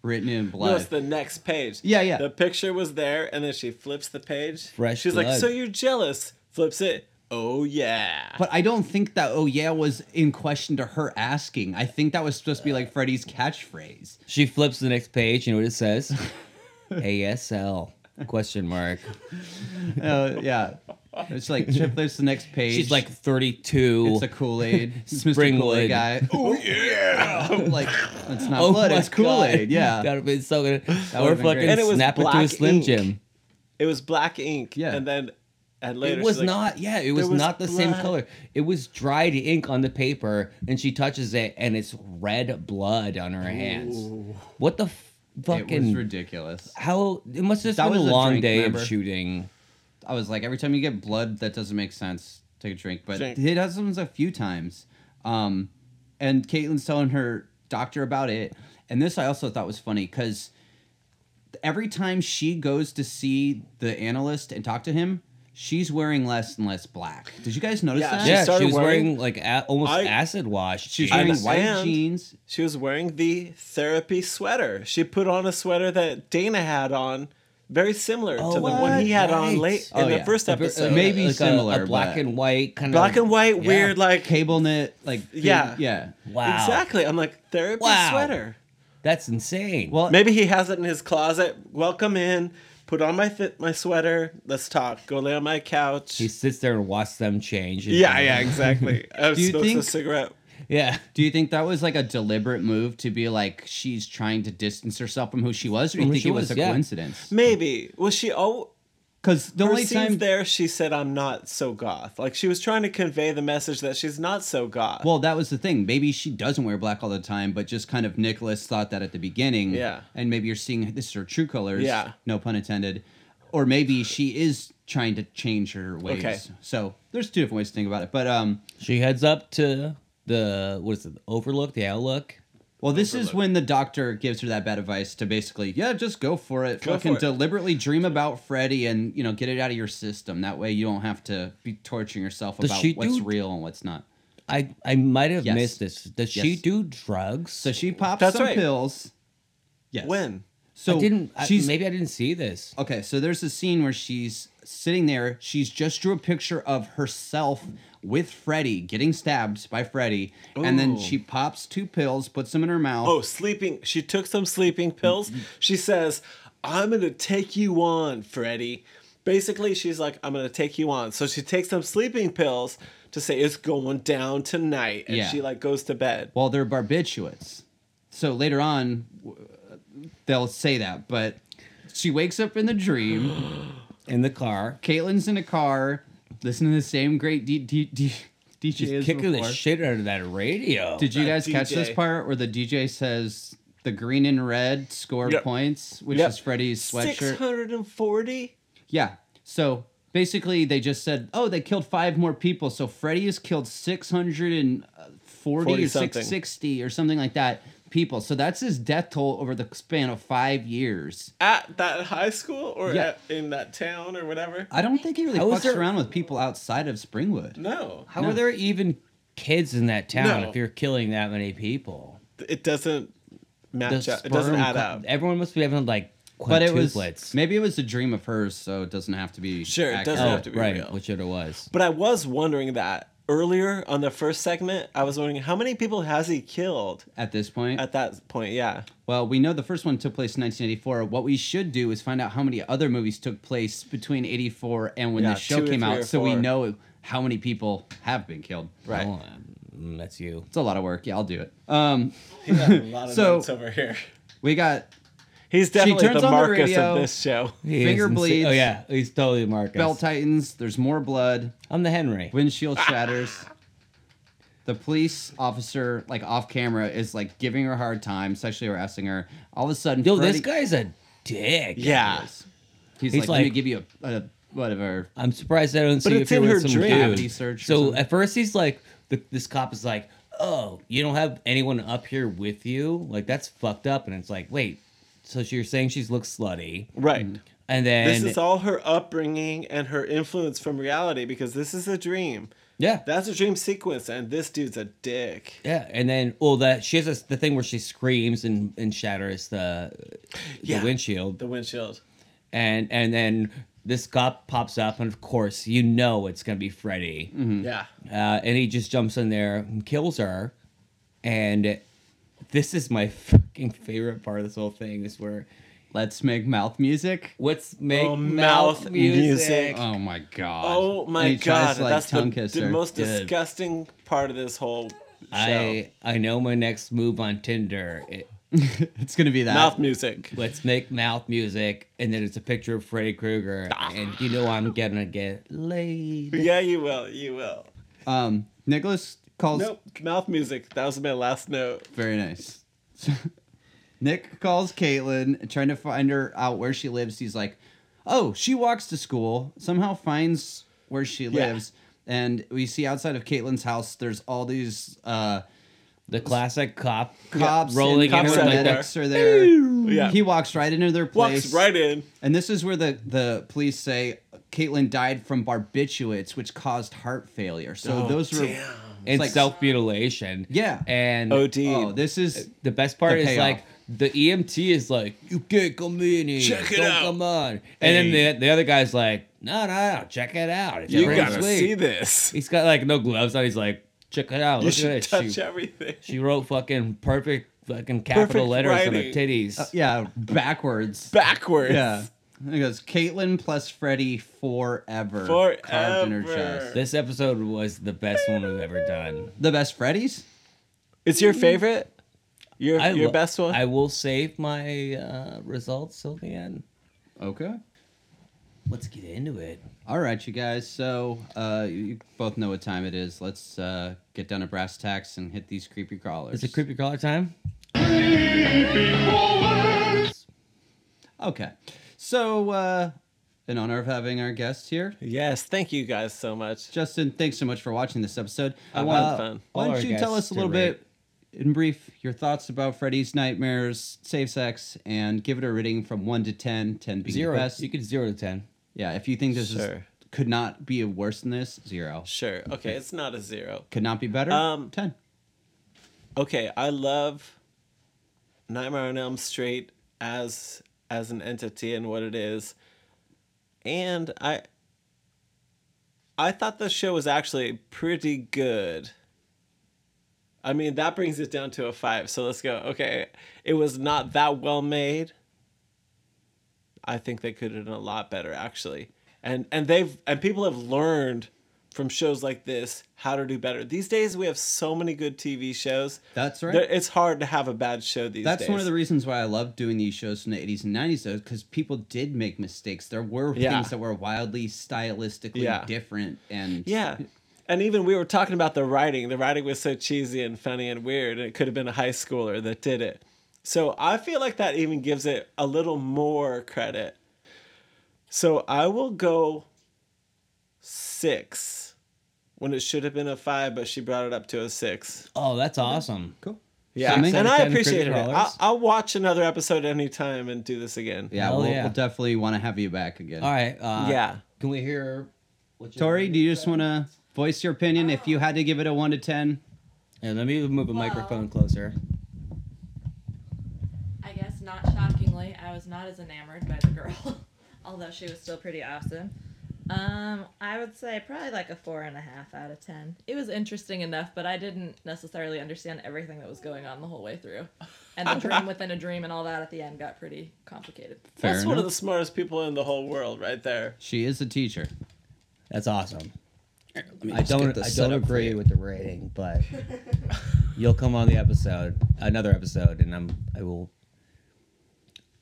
Speaker 1: written in blood.
Speaker 3: No, it's the next page.
Speaker 1: Yeah, yeah.
Speaker 3: The picture was there, and then she flips the page.
Speaker 2: Fresh
Speaker 3: She's like,
Speaker 2: blood.
Speaker 3: so you're jealous. Flips it. Oh yeah.
Speaker 1: But I don't think that oh yeah was in question to her asking. I think that was supposed to be like Freddie's catchphrase.
Speaker 2: She flips the next page, you know what it says? [laughs] ASL question mark.
Speaker 1: Uh, yeah. It's like she flips the next page.
Speaker 2: She's like 32.
Speaker 1: it's a Kool
Speaker 2: [laughs]
Speaker 1: Aid, Spring
Speaker 2: Springwood.
Speaker 1: Kool-Aid
Speaker 2: [laughs]
Speaker 1: guy.
Speaker 3: oh yeah.
Speaker 1: like it's not blood,
Speaker 2: Oh my
Speaker 1: it's Kool Aid.
Speaker 2: God.
Speaker 1: Yeah,
Speaker 2: That'd been so good. or
Speaker 1: would've been
Speaker 2: fucking
Speaker 1: great.
Speaker 3: And it was
Speaker 2: snap it to a
Speaker 3: black
Speaker 2: Slim
Speaker 3: ink.
Speaker 2: Jim.
Speaker 3: It was black ink.
Speaker 1: Yeah.
Speaker 3: And then, and later
Speaker 2: It was
Speaker 3: she's like,
Speaker 2: not. Yeah, it was,
Speaker 3: was
Speaker 2: not the same
Speaker 3: blood.
Speaker 2: color. It was dried ink on the paper, and she touches it, and it's red blood on her hands. What the f-
Speaker 1: it was
Speaker 2: fucking?
Speaker 1: ridiculous.
Speaker 2: how it must have just
Speaker 1: That
Speaker 2: been a
Speaker 1: was a
Speaker 2: long
Speaker 1: drink,
Speaker 2: day
Speaker 1: remember?
Speaker 2: of shooting.
Speaker 1: I was like, every time you get blood, that doesn't make sense. Take a drink, but
Speaker 3: Drink.
Speaker 1: it happens a few times. Um, and Caitlin's telling her doctor about it, and this I also thought was funny because every time she goes to see the analyst and talk to him, she's wearing less and less black. Did you guys notice
Speaker 3: Yeah,
Speaker 1: that?
Speaker 3: She
Speaker 2: yeah,
Speaker 3: started
Speaker 2: she was wearing,
Speaker 3: wearing-
Speaker 2: like a, almost
Speaker 3: I-
Speaker 2: acid wash.
Speaker 1: She's
Speaker 2: jeans.
Speaker 1: wearing
Speaker 3: I
Speaker 1: white
Speaker 3: understand.
Speaker 1: jeans.
Speaker 3: She was wearing the therapy sweater. She put on a sweater that Dana had on, very similar
Speaker 2: Oh,
Speaker 3: to the one he had on
Speaker 2: right.
Speaker 3: late in
Speaker 1: Oh,
Speaker 3: the
Speaker 1: yeah.
Speaker 3: first
Speaker 2: A ver-
Speaker 3: episode.
Speaker 2: a-
Speaker 1: Maybe
Speaker 2: like a- a,
Speaker 1: similar,
Speaker 2: black
Speaker 1: but-
Speaker 2: and white kind
Speaker 3: Black
Speaker 2: of
Speaker 3: and white,
Speaker 2: Yeah.
Speaker 3: weird, like
Speaker 1: Cable knit, like
Speaker 3: Yeah.
Speaker 1: yeah.
Speaker 2: Wow,
Speaker 3: exactly. I'm like therapy
Speaker 2: Wow.
Speaker 3: sweater.
Speaker 2: That's insane.
Speaker 1: Well,
Speaker 3: Maybe he has it in his closet. Welcome in. Put on my th- my sweater. Let's talk. Go lay on my couch.
Speaker 2: She sits there and watches them change. and-
Speaker 3: yeah, yeah,
Speaker 1: [laughs]
Speaker 3: exactly. I
Speaker 1: Do you
Speaker 3: smokes a
Speaker 1: think-
Speaker 3: cigarette.
Speaker 2: yeah.
Speaker 1: Do you think that was like a deliberate move to be like she's trying to distance herself from who she was, or do you
Speaker 2: From who
Speaker 1: think
Speaker 2: she
Speaker 1: it was,
Speaker 2: was,
Speaker 1: a
Speaker 2: yeah.
Speaker 1: coincidence?
Speaker 3: Maybe was she all
Speaker 1: Because the
Speaker 3: her
Speaker 1: only
Speaker 3: scenes
Speaker 1: time,
Speaker 3: there? She said, "I'm not so goth." Like she was trying to convey the message that she's not so goth.
Speaker 1: well, that was the thing. Maybe she doesn't wear black all the time, but just kind of Nicholas thought that at the beginning.
Speaker 3: Yeah.
Speaker 1: and maybe you're seeing this is her true colors.
Speaker 3: Yeah.
Speaker 1: no pun intended. Or maybe she is trying to change her ways.
Speaker 3: Okay.
Speaker 1: So there's two different ways to think about it. But um,
Speaker 2: She heads up to the what is it? The Overlook, the Outlook.
Speaker 1: well, this is when the doctor gives her that bad advice to basically, yeah, just go for it.
Speaker 3: Go
Speaker 1: Fucking
Speaker 3: for it.
Speaker 1: deliberately dream about Freddy and you know get it out of your system. That way you don't have to be torturing yourself
Speaker 2: Does
Speaker 1: about
Speaker 2: she
Speaker 1: what's
Speaker 2: do-
Speaker 1: real and what's not.
Speaker 2: I I might have
Speaker 1: Yes.
Speaker 2: missed this. Does she
Speaker 1: Yes.
Speaker 2: do drugs?
Speaker 1: So she pops
Speaker 3: That's
Speaker 1: some
Speaker 3: right.
Speaker 1: pills. Yes.
Speaker 3: When?
Speaker 1: So
Speaker 2: I didn't. I,
Speaker 1: she's
Speaker 2: maybe I didn't see this.
Speaker 1: Okay, so there's a scene where she's sitting there. She's just drew a picture of herself with Freddy getting stabbed by Freddy, and then
Speaker 3: Ooh.
Speaker 1: she pops two pills, puts them in her mouth.
Speaker 3: Oh, sleeping. She took some sleeping pills. She says, I'm going to take you on, Freddy. Basically, she's like, I'm going to take you on. So she takes some sleeping pills to say, it's going down tonight. And
Speaker 1: Yeah.
Speaker 3: she like goes to bed.
Speaker 1: Well, they're barbiturates. So later on, w- they'll say that, but she wakes up in the dream.
Speaker 2: in the car.
Speaker 1: Caitlin's in a car, listening to the same great D- D- D- DJ
Speaker 2: She's
Speaker 1: as
Speaker 2: kicking
Speaker 1: before.
Speaker 2: the shit out of that radio.
Speaker 1: Did you
Speaker 3: That
Speaker 1: guys catch this
Speaker 3: DJ.
Speaker 1: part where the DJ says the green and red score
Speaker 3: Yep.
Speaker 1: points, which
Speaker 3: Yep.
Speaker 1: is Freddy's sweatshirt?
Speaker 3: 640?
Speaker 1: Yeah. So basically, they just said, oh, they killed five more people. So Freddy has killed 640 or
Speaker 3: 40 something.
Speaker 1: 660 or something like that people. So that's his death toll over the span of five years.
Speaker 3: At that high school or
Speaker 1: Yeah.
Speaker 3: at, in that town or whatever?
Speaker 1: I don't think he really
Speaker 2: How is
Speaker 1: fucks
Speaker 2: there-
Speaker 1: around with people outside of Springwood.
Speaker 3: No.
Speaker 2: How are there even kids in that town
Speaker 3: No.
Speaker 2: if you're killing that many people?
Speaker 3: It doesn't
Speaker 2: The
Speaker 3: match up. It doesn't
Speaker 2: sperm
Speaker 3: add
Speaker 2: co-
Speaker 3: up.
Speaker 2: Everyone must be having like quintuplets.
Speaker 1: But it was maybe it was a dream of hers, so it doesn't have to be
Speaker 3: Sure, it
Speaker 1: accurate.
Speaker 3: doesn't have to be
Speaker 2: Oh, right,
Speaker 3: real.
Speaker 2: which it was.
Speaker 3: But I was wondering that earlier on the first segment. I was wondering how many people has he killed
Speaker 1: at this point.
Speaker 3: at that point? Yeah.
Speaker 1: Well, we know the first one took place in 1984. What we should do is find out how many other movies took place between 84 and when
Speaker 3: Yeah,
Speaker 1: this show
Speaker 3: two or
Speaker 1: came
Speaker 3: three or
Speaker 1: out, so we
Speaker 3: four.
Speaker 1: know how many people have been killed.
Speaker 3: Right.
Speaker 2: Oh, um, that's you.
Speaker 1: It's a lot of work. Yeah, I'll do it. Um,
Speaker 3: [laughs] He got a lot
Speaker 1: So-
Speaker 3: over here.
Speaker 1: we got
Speaker 3: He's definitely
Speaker 1: turns
Speaker 3: the
Speaker 1: on the
Speaker 3: Marcus
Speaker 1: radio.
Speaker 3: of this show.
Speaker 2: He
Speaker 1: Finger
Speaker 2: is insa-
Speaker 1: bleeds.
Speaker 2: Oh yeah, he's totally Marcus.
Speaker 1: Bell Titans. There's more blood.
Speaker 2: I'm the Henry.
Speaker 3: [laughs]
Speaker 1: Windshield shatters. the police officer, like off camera, is like giving her a hard time, sexually harassing her. All of a sudden,
Speaker 2: Yo,
Speaker 1: Freddy-
Speaker 2: this guy's a dick.
Speaker 3: Yeah.
Speaker 1: He's,
Speaker 2: He's
Speaker 1: like, let me
Speaker 2: like-
Speaker 1: give you a, a whatever.
Speaker 2: I'm surprised I don't see
Speaker 3: it's
Speaker 2: if you're
Speaker 3: in her
Speaker 2: with some
Speaker 3: dream.
Speaker 1: Cavity
Speaker 2: dude.
Speaker 1: search or
Speaker 2: so
Speaker 1: something.
Speaker 2: at first he's like, the, this cop is like, "Oh, you don't have anyone up here with you? Like that's fucked up." And it's like, wait, so you're saying she looks slutty,
Speaker 3: [laughs] Right.
Speaker 2: and then
Speaker 3: this is all her upbringing and her influence from reality because this is a dream.
Speaker 2: yeah,
Speaker 3: That's a dream sequence, and this dude's a dick.
Speaker 2: yeah, and then well, that she has this, the thing where she screams and and shatters the
Speaker 3: Yeah.
Speaker 2: the windshield,
Speaker 3: The windshield.
Speaker 2: and and then. This cop pops up, and of course, you know it's gonna be Freddy.
Speaker 3: Yeah.
Speaker 2: uh, and he just jumps in there and kills her. And this is my [laughs] fucking favorite part of this whole thing is where
Speaker 1: Let's make mouth music.
Speaker 2: what's make
Speaker 3: Oh,
Speaker 2: mouth,
Speaker 3: mouth
Speaker 2: music. [laughs]
Speaker 3: music.
Speaker 1: Oh my god.
Speaker 3: Oh my
Speaker 1: And he
Speaker 3: god,
Speaker 1: tries to, like,
Speaker 3: that's the,
Speaker 1: tongue
Speaker 3: the
Speaker 1: kiss her.
Speaker 3: most
Speaker 1: Dude.
Speaker 3: disgusting part of this whole show.
Speaker 2: I I know my next move on Tinder. It,
Speaker 1: It's gonna be that.
Speaker 3: Mouth music.
Speaker 2: let's make mouth music, and then it's a picture of Freddy Krueger, and you know I'm gonna get laid.
Speaker 3: Yeah, you will. You will.
Speaker 1: Um, Nicholas calls.
Speaker 3: Nope. Mouth music. That was my last note.
Speaker 1: Very nice. [laughs] Nick calls Caitlin, trying to find her out where she lives. He's like, "Oh, she walks to school. Somehow finds where she lives." And we see outside of Caitlin's house, there's all these uh,
Speaker 2: The classic cop
Speaker 1: cops
Speaker 2: rolling
Speaker 1: and
Speaker 2: in
Speaker 1: cops
Speaker 2: with
Speaker 1: and
Speaker 2: like
Speaker 3: everywhere.
Speaker 2: the,
Speaker 1: medics are there.
Speaker 3: Yeah.
Speaker 1: He walks right into their place.
Speaker 3: Walks right in.
Speaker 1: And this is where the, the police say Caitlin died from barbiturates, which caused heart failure. So
Speaker 3: Oh,
Speaker 1: those were.
Speaker 3: damn.
Speaker 2: and
Speaker 1: like-
Speaker 2: self mutilation.
Speaker 1: Yeah.
Speaker 2: and
Speaker 3: OD.
Speaker 1: Oh, this is.
Speaker 2: The best part
Speaker 1: The
Speaker 2: is
Speaker 1: payoff.
Speaker 2: like the EMT is like, you can't come in here.
Speaker 3: Check it
Speaker 2: Don't
Speaker 3: out."
Speaker 2: come on. And then the, the other guy's like, no, no, no, check it out. It's
Speaker 3: You
Speaker 2: pretty
Speaker 3: gotta
Speaker 2: sweet."
Speaker 3: see this.
Speaker 2: He's got like no gloves on. He's like, check it out.
Speaker 3: You
Speaker 2: Look
Speaker 3: should
Speaker 2: at
Speaker 3: touch
Speaker 2: this. She,
Speaker 3: everything.
Speaker 2: she wrote fucking perfect fucking capital
Speaker 3: Perfect
Speaker 2: letters on her
Speaker 3: writing. Uh,
Speaker 2: titties.
Speaker 1: Yeah, backwards.
Speaker 3: Backwards.
Speaker 1: Yeah. And It goes Caitlyn plus Freddy forever. Carved in her
Speaker 3: Forever.
Speaker 1: chest.
Speaker 2: this episode was the best one we've ever done.
Speaker 1: The best Freddy's?
Speaker 3: It's your favorite? Your
Speaker 2: I
Speaker 3: your
Speaker 2: lo-
Speaker 3: best one?
Speaker 2: I will save my uh, results till the end.
Speaker 1: Okay.
Speaker 2: Let's get into it.
Speaker 1: All right, you guys. So uh, you both know what time it is. Let's uh, get down to brass tacks and hit these creepy crawlers.
Speaker 2: Is it creepy crawler time?
Speaker 1: Okay. So, uh, in honor of having our guest here,
Speaker 3: yes, thank you guys so much.
Speaker 1: Justin, thanks so much for watching this episode.
Speaker 3: I
Speaker 1: Uh,
Speaker 3: want fun.
Speaker 1: Why
Speaker 2: All
Speaker 1: don't
Speaker 2: our
Speaker 1: you tell us
Speaker 2: guests
Speaker 1: a little
Speaker 2: are
Speaker 1: bit, in brief, your thoughts about Freddy's Nightmares, Safe Sex, and give it a rating from 1 to 10, 10 being
Speaker 2: Zero.
Speaker 1: the best.
Speaker 2: You could zero to ten.
Speaker 1: yeah, if you think this is
Speaker 3: Sure.
Speaker 1: could not be worse than this. Zero.
Speaker 3: Sure. Okay, it's not a zero.
Speaker 1: Could not be better.
Speaker 3: Um,
Speaker 1: ten.
Speaker 3: Okay, I love Nightmare on Elm Street as as an entity and what it is. And I I thought the show was actually pretty good. I mean, that brings it down to a 5. So let's go. Okay. It was not that well made. I think they could have done a lot better actually. And and they've and people have learned from shows like this how to do better. These days we have so many good TV shows.
Speaker 1: That's right.
Speaker 3: There- It's hard to have a bad show these
Speaker 1: That's
Speaker 3: days.
Speaker 1: one of the reasons why I love doing these shows from the 80s and 90s, though, because people did make mistakes. There were
Speaker 3: Yeah.
Speaker 1: things that were wildly stylistically
Speaker 3: Yeah.
Speaker 1: different, and
Speaker 3: Yeah. And even we were talking about the writing. The writing was so cheesy and funny and weird. It could have been a high schooler that did it. So I feel like that even gives it a little more credit. So I will go six when it should have been a five, but she brought it up to a six.
Speaker 2: Oh, that's awesome.
Speaker 1: cool.
Speaker 3: Yeah.
Speaker 2: Six out
Speaker 3: and
Speaker 2: of
Speaker 3: I
Speaker 2: 10
Speaker 3: appreciated it.
Speaker 2: critic
Speaker 3: I'll,
Speaker 2: dollars.
Speaker 3: I'll watch another episode anytime and do this again.
Speaker 1: Yeah,
Speaker 2: Hell
Speaker 1: we'll,
Speaker 2: yeah.
Speaker 1: we'll definitely want to have you back again.
Speaker 2: All right. Uh,
Speaker 3: Yeah.
Speaker 2: Can we hear? What your-
Speaker 1: Tori, do you just want to voice your opinion if you had to give it a 1 to 10?
Speaker 2: Yeah, let me move the
Speaker 4: Well-
Speaker 2: microphone closer.
Speaker 4: I guess not shockingly, I was not as enamored by the girl, [laughs] although she was still pretty awesome. Um, I would say probably like a four and a half out of ten. It was interesting enough, but I didn't necessarily understand everything that was going on the whole way through. And the dream within a dream and all that at the end got pretty complicated.
Speaker 1: Fair
Speaker 3: That's
Speaker 1: enough.
Speaker 3: one of the smartest people in the whole world right there.
Speaker 1: She is a teacher.
Speaker 2: That's awesome. I
Speaker 1: just get
Speaker 2: don't.
Speaker 1: the
Speaker 2: I don't
Speaker 1: setup for
Speaker 2: agree
Speaker 1: you.
Speaker 2: with the rating, but you'll come on the episode, another episode, and I'm. I will.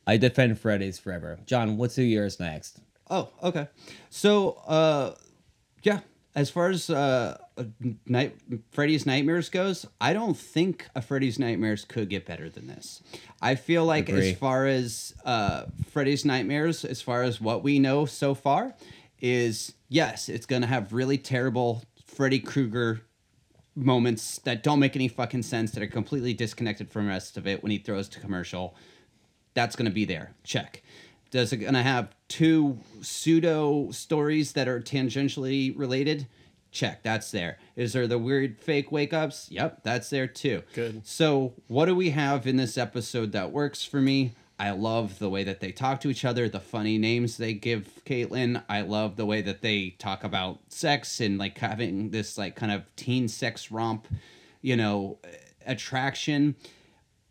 Speaker 2: I defend Freddy's forever. John, what's yours next?
Speaker 1: Oh, okay. So, uh, yeah, as far as uh, night Freddy's Nightmares goes, I don't think a Freddy's Nightmares could get better than this. I feel like
Speaker 2: Agree.
Speaker 1: as far as uh, Freddy's Nightmares, as far as what we know so far, is yes, it's gonna have really terrible Freddy Krueger moments that don't make any fucking sense that are completely disconnected from the rest of it when he throws to commercial that's going to be there. Check. Does it going to have two pseudo stories that are tangentially related? Check. That's there. Is there the weird fake wake ups? Yep, that's there too.
Speaker 3: Good.
Speaker 1: So, what do we have in this episode that works for me? I love the way that they talk to each other, the funny names they give Caitlin. I love the way that they talk about sex and like having this like kind of teen sex romp, you know, attraction.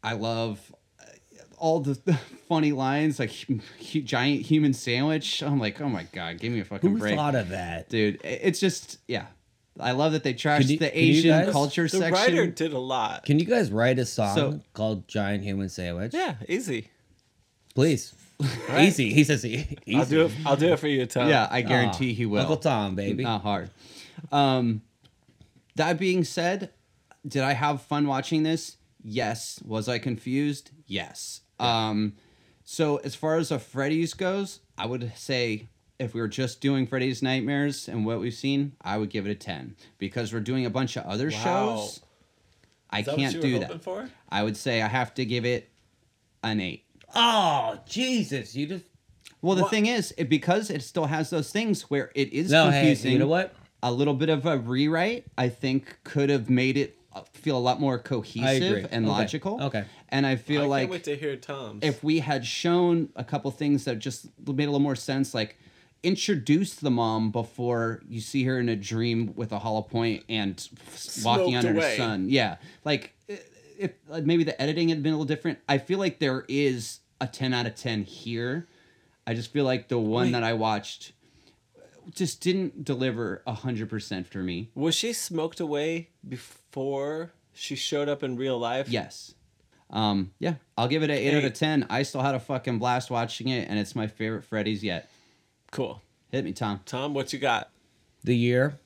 Speaker 1: I love uh, all the [laughs] funny lines, like hu- hu- giant human sandwich. I'm like, oh my god, give me a fucking
Speaker 2: Who
Speaker 1: break,
Speaker 2: thought of that?
Speaker 1: dude. i- It's just yeah. I love that they trashed
Speaker 2: you-
Speaker 1: the
Speaker 2: can you
Speaker 1: Asian
Speaker 2: guys-
Speaker 1: culture
Speaker 3: The
Speaker 1: section.
Speaker 3: writer did a lot.
Speaker 2: Can you guys write a song
Speaker 1: So-
Speaker 2: called "Giant Human Sandwich"?
Speaker 3: Yeah, easy.
Speaker 2: please. Easy. He says e- easy.
Speaker 3: I'll do it. I'll do it for you, Tom.
Speaker 1: yeah, I guarantee he will.
Speaker 2: Uncle Tom, baby.
Speaker 1: Not hard. Um, that being said, did I have fun watching this? Yes. Was I confused? Yes. Um, so as far as a Freddy's goes, I would say if we were just doing Freddy's Nightmares and what we've seen, I would give it a ten because we're doing a bunch of other
Speaker 3: Wow.
Speaker 1: shows. I
Speaker 3: Is that
Speaker 1: can't
Speaker 3: what you
Speaker 1: do
Speaker 3: were
Speaker 1: that.
Speaker 3: hoping for?
Speaker 1: I would say I have to give it an eight.
Speaker 2: Oh Jesus! You just
Speaker 1: Well, the
Speaker 3: Wha-
Speaker 1: thing is, it, because it still has those things where it is
Speaker 2: no. Hey,
Speaker 1: confusing
Speaker 2: you know what?
Speaker 1: a little bit of a rewrite, I think, could have made it feel a lot more cohesive and
Speaker 2: Okay.
Speaker 1: logical.
Speaker 2: Okay.
Speaker 1: And I feel
Speaker 3: I
Speaker 1: like
Speaker 3: can't wait to hear Tom's.
Speaker 1: if we had shown a couple things that just made a little more sense, like introduce the mom before you see her in a dream with a hollow point and f- walking on
Speaker 3: Smoked
Speaker 1: her
Speaker 3: away.
Speaker 1: son. Yeah, like i- if like, maybe the editing had been a little different. I feel like there is a ten out of ten here. I just feel like the one that I watched just didn't deliver hundred percent for me.
Speaker 3: was she smoked away before she showed up in real life?
Speaker 1: Yes. Um, yeah, I'll give it an 8 out of 10. I still had a fucking blast watching it, and it's my favorite Freddy's yet.
Speaker 3: Cool.
Speaker 1: Hit me, Tom.
Speaker 3: Tom, what you got?
Speaker 2: The year,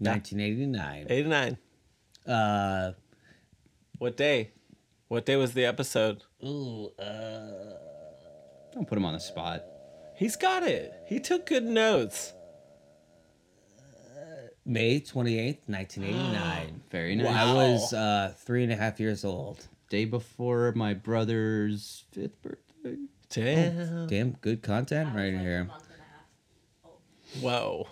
Speaker 2: 1989.
Speaker 3: Eight and nine.
Speaker 2: Uh,
Speaker 3: What day? What day was the episode?
Speaker 2: ooh, uh,
Speaker 1: Don't put him on the spot.
Speaker 3: He's got it. He took good notes.
Speaker 2: May 28th,
Speaker 1: [gasps]
Speaker 2: 1989.
Speaker 1: Very nice.
Speaker 2: I was uh, three and a half years old.
Speaker 1: Day before my brother's fifth birthday.
Speaker 3: Damn.
Speaker 2: Damn, good content right here.
Speaker 3: Whoa.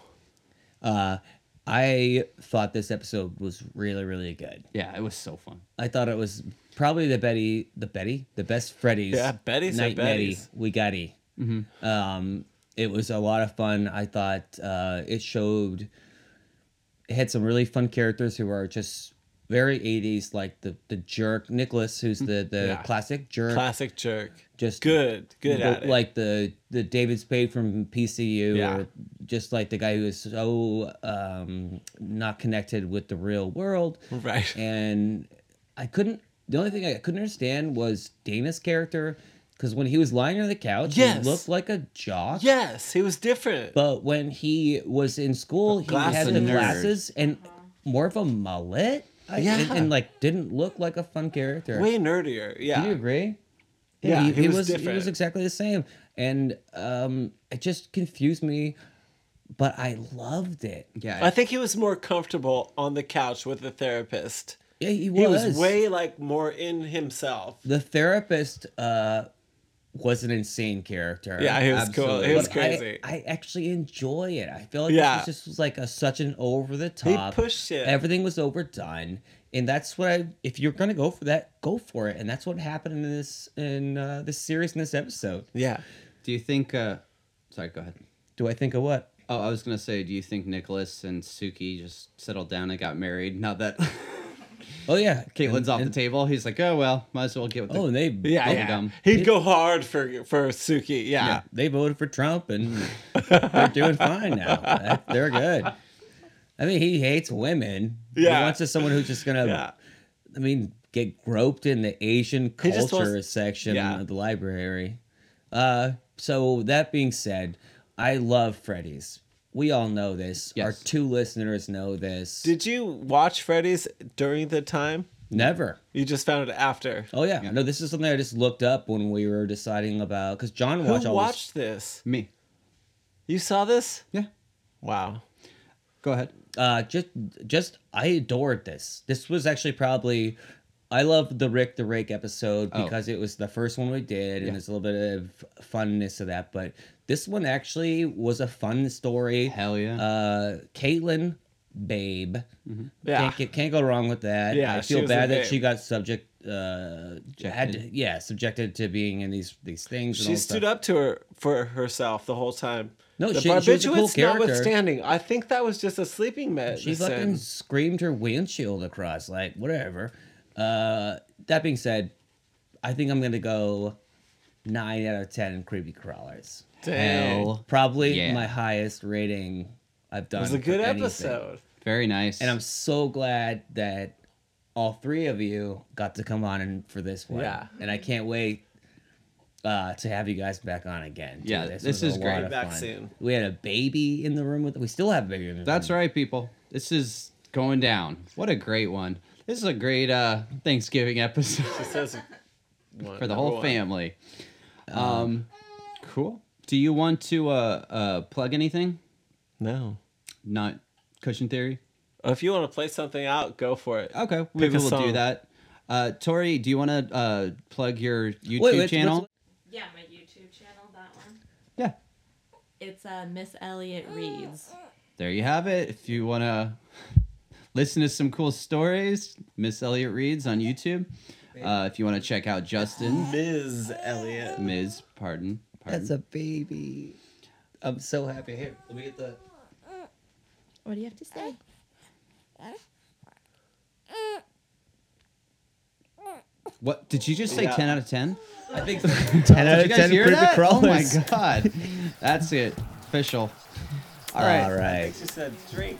Speaker 2: Uh, I thought this episode was really, really good.
Speaker 1: Yeah, it was so fun.
Speaker 2: I thought it was probably the Betty, the Betty, the best Freddy's.
Speaker 3: Yeah, Betty's the
Speaker 2: Night
Speaker 3: Betty's.
Speaker 2: Betty we got it. Um, it was a lot of fun. I thought uh, it showed. It had some really fun characters who are just very '80s, like the the jerk Nicholas, who's the the
Speaker 1: Yeah.
Speaker 2: classic jerk.
Speaker 3: Classic jerk.
Speaker 2: just
Speaker 3: Good. Good
Speaker 2: the-
Speaker 3: at it.
Speaker 2: like the the David Spade from PCU,
Speaker 3: Yeah.
Speaker 2: or just like the guy who is so um, not connected with the real world.
Speaker 3: Right.
Speaker 2: And I couldn't. The only thing I couldn't understand was Dana's character because when he was lying on the couch,
Speaker 3: Yes.
Speaker 2: he looked like a jock.
Speaker 3: Yes, he was different.
Speaker 2: But when he was in school, he
Speaker 3: Glass
Speaker 2: had
Speaker 1: and
Speaker 2: the
Speaker 1: nerd.
Speaker 2: glasses and more of a mullet. I-
Speaker 3: Yeah.
Speaker 2: and, and, like didn't look like a fun character.
Speaker 3: Way nerdier. Yeah.
Speaker 2: Do you agree?
Speaker 3: Yeah, he was
Speaker 2: He was
Speaker 3: different.
Speaker 2: exactly the same, and um, it just confused me, but I loved it.
Speaker 1: Yeah,
Speaker 3: I think he was more comfortable on the couch with the therapist.
Speaker 2: Yeah, he was.
Speaker 3: He was way like more in himself.
Speaker 2: The therapist uh, was an insane character.
Speaker 3: Yeah, he was cool.
Speaker 1: Absolutely.
Speaker 3: He was
Speaker 2: But I-
Speaker 3: crazy.
Speaker 2: I, actually enjoy it. I feel like
Speaker 3: Yeah.
Speaker 2: this was just was like a such an over the top.
Speaker 3: pushed it.
Speaker 2: Everything was overdone, and that's what I. If you're gonna go for that, go for it, and that's what happened in this in uh, this series in this episode.
Speaker 3: yeah.
Speaker 1: Do you think? Uh, sorry, go ahead.
Speaker 2: Do I think of what?
Speaker 1: Oh, I was gonna say, do you think Nicholas and Suki just settled down and got married? Now [laughs] that
Speaker 2: Oh yeah,
Speaker 1: Caitlin's
Speaker 2: And-
Speaker 1: off
Speaker 2: and-
Speaker 1: the table, he's like, oh well, might as well get with. The-
Speaker 2: Oh, and they
Speaker 3: [laughs] Yeah.
Speaker 1: Bubble
Speaker 3: yeah.
Speaker 1: gum.
Speaker 3: He'd go hard for for Suki. Yeah.
Speaker 2: yeah, they voted for Trump and
Speaker 3: [laughs]
Speaker 2: they're doing fine now. That- They're good. I mean, he hates women.
Speaker 3: Yeah.
Speaker 2: he wants just someone who's just gonna.
Speaker 3: Yeah.
Speaker 2: I mean, get groped in the Asian
Speaker 3: He just
Speaker 2: culture
Speaker 3: wants-
Speaker 2: section
Speaker 3: Yeah.
Speaker 2: of the library. Uh, so that being said, I love Freddy's. We all know this. Our
Speaker 1: Yes.
Speaker 2: two listeners know this.
Speaker 3: Did you watch Freddy's during the time?
Speaker 2: Never.
Speaker 3: You just found it after.
Speaker 2: Oh yeah. no, this is something I just looked up when we were deciding about because John watched
Speaker 3: Who
Speaker 2: all this-
Speaker 3: watched this?
Speaker 1: Me.
Speaker 3: You saw this?
Speaker 1: Yeah.
Speaker 3: Wow.
Speaker 1: Go ahead.
Speaker 2: uh just just i adored this this was actually probably i love the rick the rake episode
Speaker 1: Oh.
Speaker 2: because it was the first one we did
Speaker 1: Yeah.
Speaker 2: and there's a little bit of funness to that but this one actually was a fun story
Speaker 1: Hell yeah.
Speaker 2: uh caitlin babe
Speaker 3: Yeah.
Speaker 2: can't, get- can't go wrong with that
Speaker 3: Yeah,
Speaker 2: i
Speaker 3: she
Speaker 2: feel
Speaker 3: was a
Speaker 2: bad that
Speaker 3: babe.
Speaker 2: she got subject uh had to,
Speaker 1: Subjected.
Speaker 2: yeah subjected to being in these these things and all
Speaker 3: She
Speaker 2: this
Speaker 3: stood
Speaker 2: stuff.
Speaker 3: up to her for herself the whole time.
Speaker 2: No,
Speaker 3: the
Speaker 2: she- she was a cool character.
Speaker 3: notwithstanding, I think that was just a sleeping medicine.
Speaker 2: She fucking screamed her windshield across, like whatever. Uh, that being said, I think I'm gonna go nine out of ten creepy crawlers.
Speaker 3: Dang.
Speaker 1: Hell.
Speaker 2: Probably
Speaker 1: Yeah.
Speaker 2: my highest rating I've done.
Speaker 3: It was a
Speaker 2: for
Speaker 3: good
Speaker 2: anything.
Speaker 3: episode.
Speaker 1: Very nice.
Speaker 2: and I'm so glad that all three of you got to come on and for this one.
Speaker 3: Yeah.
Speaker 2: and I can't wait. Uh, to have you guys back on again. too.
Speaker 1: Yeah, this
Speaker 2: was
Speaker 1: is
Speaker 2: a
Speaker 1: great.
Speaker 2: lot of
Speaker 3: Back
Speaker 2: fun.
Speaker 3: soon.
Speaker 2: We had a baby in the room with. We still have a baby in the
Speaker 1: That's
Speaker 2: room.
Speaker 1: right, people. This is going down. What a great one. This is a great uh, Thanksgiving episode [laughs]
Speaker 3: It says one-
Speaker 1: for the
Speaker 3: number
Speaker 1: whole
Speaker 3: one. Uh,
Speaker 1: family. Um, cool. Do you want to uh, uh, plug anything?
Speaker 3: No.
Speaker 1: Not cushion theory.
Speaker 3: If you want to play something out, go for it.
Speaker 1: Okay,
Speaker 3: Pick
Speaker 1: we
Speaker 3: a
Speaker 1: will do
Speaker 3: song.
Speaker 1: that. Uh, Tori, do you want to uh, plug your YouTube
Speaker 2: wait, what's-
Speaker 1: channel?
Speaker 4: Yeah, my YouTube channel, that one.
Speaker 1: yeah,
Speaker 4: It's uh, Miss Elliot Reads.
Speaker 1: there you have it. If you want to [laughs] listen to some cool stories, Miss Elliot reads on YouTube. Uh, if you want to check out Justin,
Speaker 3: Ms. Elliot.
Speaker 1: Ms. Pardon. pardon.
Speaker 2: That's a baby. I'm so happy. Here, let me get the.
Speaker 4: What do you have to say?
Speaker 1: what did you just say?
Speaker 3: Yeah.
Speaker 1: Ten out of ten.
Speaker 2: I
Speaker 1: [laughs]
Speaker 2: think ten
Speaker 1: Did
Speaker 2: out
Speaker 1: you
Speaker 2: of
Speaker 1: guys
Speaker 2: ten
Speaker 1: hear
Speaker 2: creepy
Speaker 1: that?
Speaker 2: crawlers.
Speaker 1: Oh my god, that's it. Official. All right.
Speaker 2: All right.
Speaker 3: She said, drink.